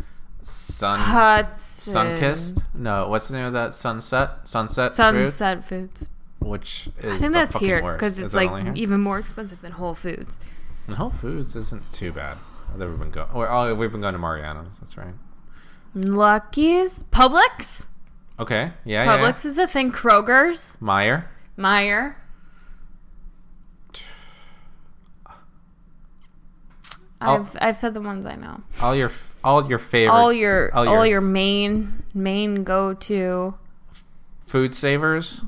Speaker 1: Sun.
Speaker 2: Hudson.
Speaker 1: Sunkissed? No, what's the name of that? Sunset? Sunset? Fruit?
Speaker 2: Sunset Foods.
Speaker 1: Which is
Speaker 2: I think
Speaker 1: the
Speaker 2: that's
Speaker 1: fucking
Speaker 2: here
Speaker 1: worst.
Speaker 2: because
Speaker 1: Is
Speaker 2: it's
Speaker 1: it only here?
Speaker 2: like even more expensive than Whole Foods.
Speaker 1: And Whole Foods isn't too bad. That we've been going. Oh, we've been going to Mariano's. That's right.
Speaker 2: Lucky's, Publix,
Speaker 1: Okay. Oh, Yeah. yeah, Yeah.
Speaker 2: Publix is a thing. Kroger's,
Speaker 1: Meyer.
Speaker 2: Meyer.
Speaker 1: All-
Speaker 2: I've I've said the ones I know.
Speaker 1: All your f- all your favorite
Speaker 2: All your
Speaker 1: all
Speaker 2: all
Speaker 1: your-
Speaker 2: your, main main go to
Speaker 1: food savers.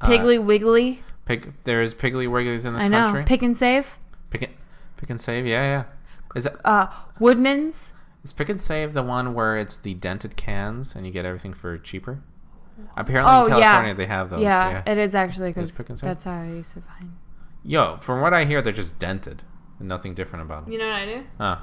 Speaker 1: Uh,
Speaker 2: Piggly Wiggly.
Speaker 1: Pig, there's Piggly Wigglies in this
Speaker 2: I know.
Speaker 1: country.
Speaker 2: Pick and save.
Speaker 1: Pick, it- pick and save. Yeah, yeah. Is that
Speaker 2: Uh, Woodman's.
Speaker 1: is pick and save the one where it's the dented cans and you get everything for cheaper? Apparently
Speaker 2: Oh,
Speaker 1: in
Speaker 2: yeah.
Speaker 1: California they have those.
Speaker 2: yeah, it is actually
Speaker 1: It's
Speaker 2: because
Speaker 1: Pick and Save.
Speaker 2: that's how I used to find.
Speaker 1: Yo, from what I hear, they're just dented. And nothing different about them.
Speaker 2: You know what I do?
Speaker 1: Huh.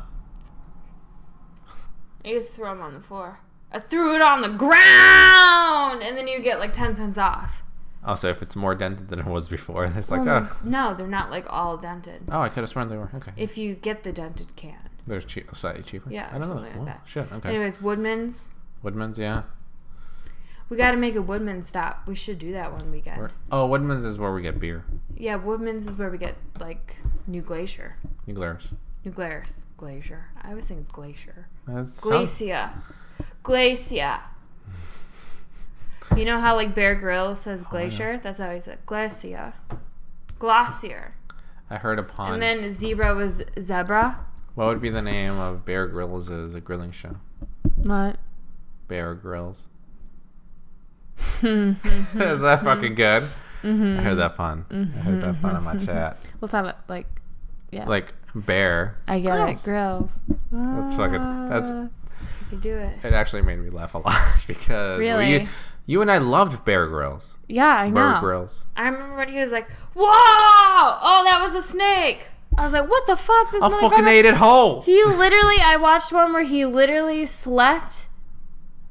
Speaker 2: I just throw them on the floor. I threw it on the ground, and then you get like ten cents off.
Speaker 1: Also, if it's more dented than it was before, it's like,
Speaker 2: Well,
Speaker 1: oh,
Speaker 2: No, they're not like all dented.
Speaker 1: oh, I could have sworn they were. Okay.
Speaker 2: If you get the dented can.
Speaker 1: they're cheap, slightly cheaper.
Speaker 2: Yeah,
Speaker 1: I
Speaker 2: or
Speaker 1: don't know.
Speaker 2: something like
Speaker 1: Wow,
Speaker 2: that.
Speaker 1: Shit, okay.
Speaker 2: Anyways, Woodman's.
Speaker 1: Woodman's, yeah.
Speaker 2: We got to make a Woodman stop. We should do that one weekend.
Speaker 1: Where- oh, Woodman's is where we get beer.
Speaker 2: Yeah, Woodman's is where we get like New Glacier,
Speaker 1: New Glarus.
Speaker 2: New Glarus, Glacier. I always think it's Glacier.
Speaker 1: That sounds-
Speaker 2: Glacia. Glacia. You know how like Bear Grylls says
Speaker 1: Oh, I know.
Speaker 2: glacier? That's how he said glacier. Glacier.
Speaker 1: I heard a pun.
Speaker 2: And then zebra was zebra.
Speaker 1: what would be the name of Bear Grylls as a grilling show?
Speaker 2: What?
Speaker 1: Bear Grylls.
Speaker 2: we'll
Speaker 1: Is that fucking good?
Speaker 2: Mm-hmm.
Speaker 1: I heard that fun. I heard that fun on my chat.
Speaker 2: talk about like yeah.
Speaker 1: Like bear,
Speaker 2: I get it. Grills.
Speaker 1: That's fucking- that's-
Speaker 2: Ah, You can do it.
Speaker 1: it actually made me laugh a lot because we-
Speaker 2: Really?
Speaker 1: you and I loved Bear Grylls.
Speaker 2: Yeah, I
Speaker 1: Bear
Speaker 2: know.
Speaker 1: Grylls.
Speaker 2: I remember when he was like, "Whoa! Oh, that was a snake." I was like, "What the fuck?" This
Speaker 1: I
Speaker 2: motherfucker.
Speaker 1: fucking ate it whole.
Speaker 2: He literally, I watched one where he literally slept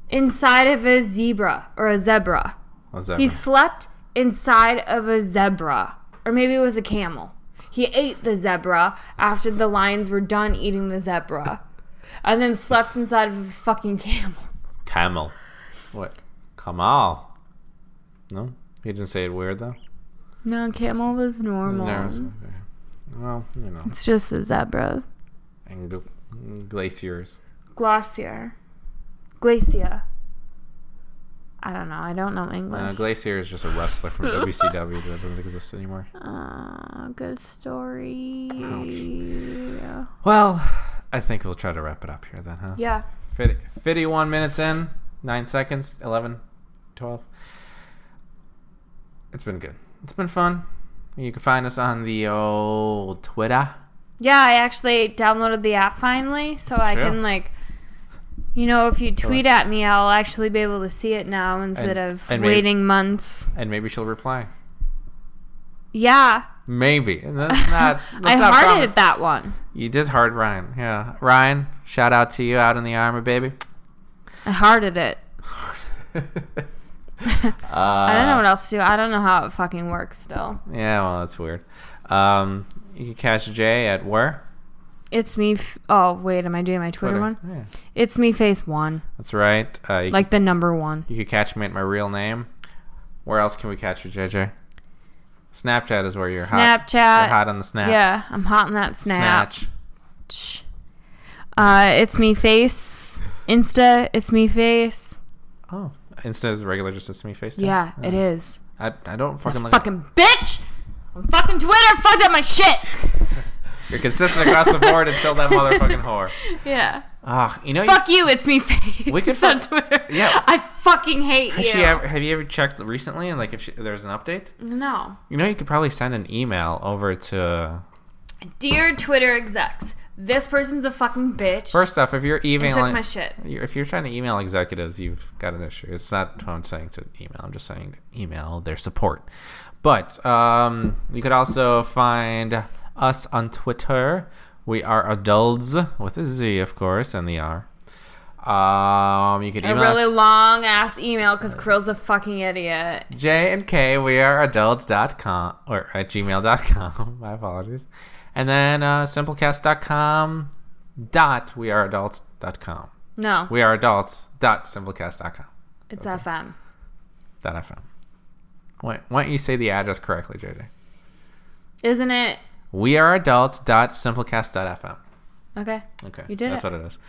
Speaker 2: inside of a zebra or a zebra.
Speaker 1: What's that?
Speaker 2: He slept inside of a zebra, or maybe it was a camel. He ate the zebra after the lions were done eating the zebra, and then slept inside of a fucking camel.
Speaker 1: Camel. What? Kamal. No, he didn't say it weird though.
Speaker 2: No, camel was normal.
Speaker 1: No, it's okay. Well, you know,
Speaker 2: It's just a zebra.
Speaker 1: and gl- glaciers.
Speaker 2: Glacier. Glacia. I don't know. I don't know English.
Speaker 1: Uh, Glacier is just a wrestler from WCW that doesn't exist anymore.
Speaker 2: Uh, good story.
Speaker 1: Well, I think we'll try to wrap it up here then, huh?
Speaker 2: Yeah.
Speaker 1: 50, 51 minutes in, 9 seconds, 11, 12. It's been good. It's been fun. You can find us on the old Twitter.
Speaker 2: Yeah, I actually downloaded the app finally, so I
Speaker 1: Sure.
Speaker 2: can like you know, if you tweet at me, I'll actually be able to see it now instead
Speaker 1: And-
Speaker 2: of
Speaker 1: and maybe-
Speaker 2: waiting months.
Speaker 1: And maybe she'll reply.
Speaker 2: Yeah.
Speaker 1: Maybe. And that's not. That's
Speaker 2: I
Speaker 1: not
Speaker 2: hearted
Speaker 1: promise.
Speaker 2: that one.
Speaker 1: You did hard, Ryan. Yeah. Ryan, shout out to you out in the armor, baby.
Speaker 2: I hearted it. I
Speaker 1: Uh,
Speaker 2: don't know what else to do. I don't know how it fucking works still.
Speaker 1: Yeah, well, that's weird. Um, you can catch Jay at where?
Speaker 2: It's me. F- oh, wait. Am I doing my Twitter, one?
Speaker 1: Yeah,
Speaker 2: It's me face one.
Speaker 1: that's right. Uh, you,
Speaker 2: Like the number one.
Speaker 1: you can catch me at my real name. Where else can we catch you, JJ? Snapchat is where you're hot.
Speaker 2: Snapchat.
Speaker 1: You're hot on the snap.
Speaker 2: Yeah, I'm hot in that snap.
Speaker 1: Snatch.
Speaker 2: Uh, it's me face. Insta, it's me face.
Speaker 1: Oh, instead of regular, just it's me face. too?
Speaker 2: Yeah,
Speaker 1: Oh.
Speaker 2: it is.
Speaker 1: I, I don't fucking look.
Speaker 2: Fucking bitch! On fucking Twitter fucked up my shit!
Speaker 1: You're consistent across the board until that motherfucking whore.
Speaker 2: Yeah.
Speaker 1: Ah, you know.
Speaker 2: Fuck you, it's me face.
Speaker 1: We could
Speaker 2: on
Speaker 1: fu-
Speaker 2: Twitter.
Speaker 1: yeah.
Speaker 2: I fucking hate
Speaker 1: You,
Speaker 2: you.
Speaker 1: has she ever, have you ever checked recently and like if she, there's an update?
Speaker 2: no.
Speaker 1: You know, you could probably send an email over to.
Speaker 2: Dear Twitter execs, this person's a fucking bitch.
Speaker 1: First off, if you're
Speaker 2: and took
Speaker 1: emailing,
Speaker 2: my shit.
Speaker 1: You're- If you're trying to email executives, you've got an issue. It's not what I'm saying to email. I'm just saying to email their support. But um, you could also find us on Twitter. We are adults with a Z, of course, and the R. Um, you can
Speaker 2: A
Speaker 1: email
Speaker 2: really
Speaker 1: us
Speaker 2: long ass email because Krill's a fucking idiot.
Speaker 1: J and K. We are adults.com or at gmail.com. My apologies. And then uh, simplecast.com dot we are adults.com.
Speaker 2: No,
Speaker 1: We are adults dot simplecast.com.
Speaker 2: it's FM.
Speaker 1: that I found. Wait, why don't you say the address correctly, JJ?
Speaker 2: Isn't it?
Speaker 1: We are adults.simplecast.fm.
Speaker 2: Okay.
Speaker 1: Okay.
Speaker 2: You did
Speaker 1: That's
Speaker 2: it.
Speaker 1: what it is.
Speaker 2: You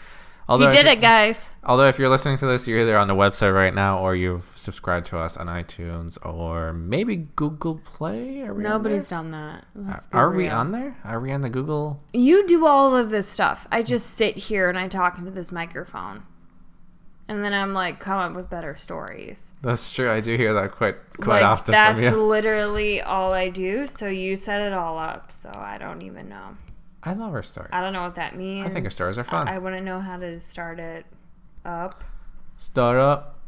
Speaker 1: Although
Speaker 2: did
Speaker 1: if you-
Speaker 2: it, guys.
Speaker 1: Although if you're listening to this, you're either on the website right now or you've subscribed to us on iTunes or maybe Google Play. Are we on
Speaker 2: Nobody's
Speaker 1: there?
Speaker 2: done that. Let's be
Speaker 1: Are we
Speaker 2: real.
Speaker 1: on there? Are we on the Google?
Speaker 2: You do all of this stuff. I just sit here and I talk into this microphone. And then I'm like, come up with better stories.
Speaker 1: That's true. I do hear that quite quite
Speaker 2: like,
Speaker 1: often
Speaker 2: that's
Speaker 1: from you.
Speaker 2: literally all I do. So you set it all up. So I don't even know.
Speaker 1: I love our stories.
Speaker 2: I don't know what that means.
Speaker 1: our stories are fun.
Speaker 2: I, I wouldn't know how to start it up.
Speaker 1: Start up.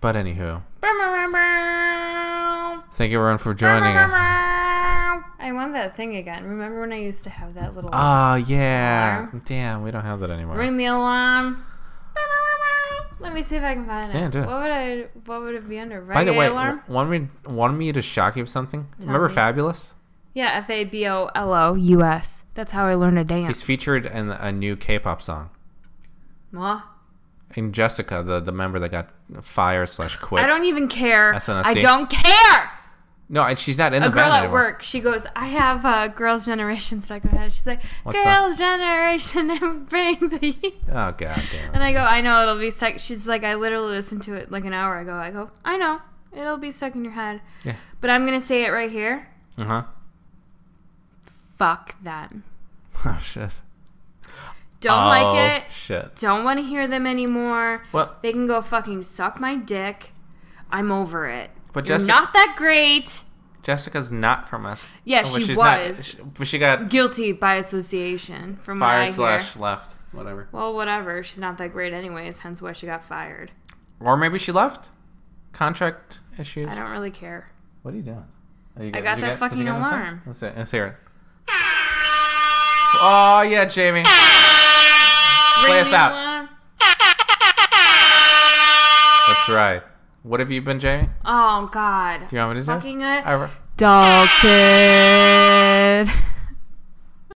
Speaker 1: But anywho,
Speaker 2: I
Speaker 1: thank you everyone for joining us.
Speaker 2: want that thing again. Remember when I used to have that little
Speaker 1: Oh yeah.
Speaker 2: Alarm.
Speaker 1: Damn, we don't have that anymore.
Speaker 2: Ring the alarm. Let me see if I can find it.
Speaker 1: Yeah, do it.
Speaker 2: What would I? What would it be under? Reggae
Speaker 1: By the way,
Speaker 2: alarm.
Speaker 1: w- want me want me to shock you with something? Remember
Speaker 2: me.
Speaker 1: Fabulous?
Speaker 2: Yeah, F A B O L O U S. That's how I learned to
Speaker 1: He's
Speaker 2: dance.
Speaker 1: featured in a new K-pop song.
Speaker 2: Mwah.
Speaker 1: In Jessica, the the member that got fired slash quit.
Speaker 2: I don't even care.
Speaker 1: SNSD.
Speaker 2: I don't care.
Speaker 1: No, and she's not in
Speaker 2: a
Speaker 1: the
Speaker 2: girl
Speaker 1: band
Speaker 2: at
Speaker 1: anymore.
Speaker 2: work, she goes, I have uh, Girls' Generation stuck in my head. She's like,
Speaker 1: What's that?
Speaker 2: Girls' Generation and bring the heat.
Speaker 1: Oh god damn.
Speaker 2: And I go, I know it'll be stuck. She's like, I literally listened to it like an hour ago. I go, I know. It'll be stuck in your head.
Speaker 1: Yeah.
Speaker 2: But I'm going to say it right here.
Speaker 1: Uh huh.
Speaker 2: Fuck them.
Speaker 1: Oh shit.
Speaker 2: Don't
Speaker 1: Oh,
Speaker 2: like it.
Speaker 1: Shit.
Speaker 2: Don't want to hear them anymore.
Speaker 1: Well,
Speaker 2: They can go fucking suck my dick. I'm over it.
Speaker 1: but
Speaker 2: You're
Speaker 1: Jessica,
Speaker 2: not that great.
Speaker 1: Jessica's not from us.
Speaker 2: Yeah,
Speaker 1: Oh, but
Speaker 2: she
Speaker 1: she's
Speaker 2: was.
Speaker 1: Not, she, but she got
Speaker 2: Guilty by association, from what I
Speaker 1: fired
Speaker 2: hear.
Speaker 1: slash left, whatever.
Speaker 2: Well, whatever. She's not that great, anyways. Hence why she got fired.
Speaker 1: Or maybe she left. Contract issues.
Speaker 2: I don't really care.
Speaker 1: What are you doing? Are you
Speaker 2: I
Speaker 1: good?
Speaker 2: got that
Speaker 1: Did you get- did you
Speaker 2: fucking
Speaker 1: get the phone?
Speaker 2: alarm.
Speaker 1: Let's, hear- let's hear it. Oh yeah, Jamie. Play us
Speaker 2: Ring the
Speaker 1: out.
Speaker 2: alarm.
Speaker 1: That's right. What have you been, Jamie?
Speaker 2: Oh God.
Speaker 1: Do you want me to do?
Speaker 2: Fucking it.
Speaker 1: I-
Speaker 2: Adulted.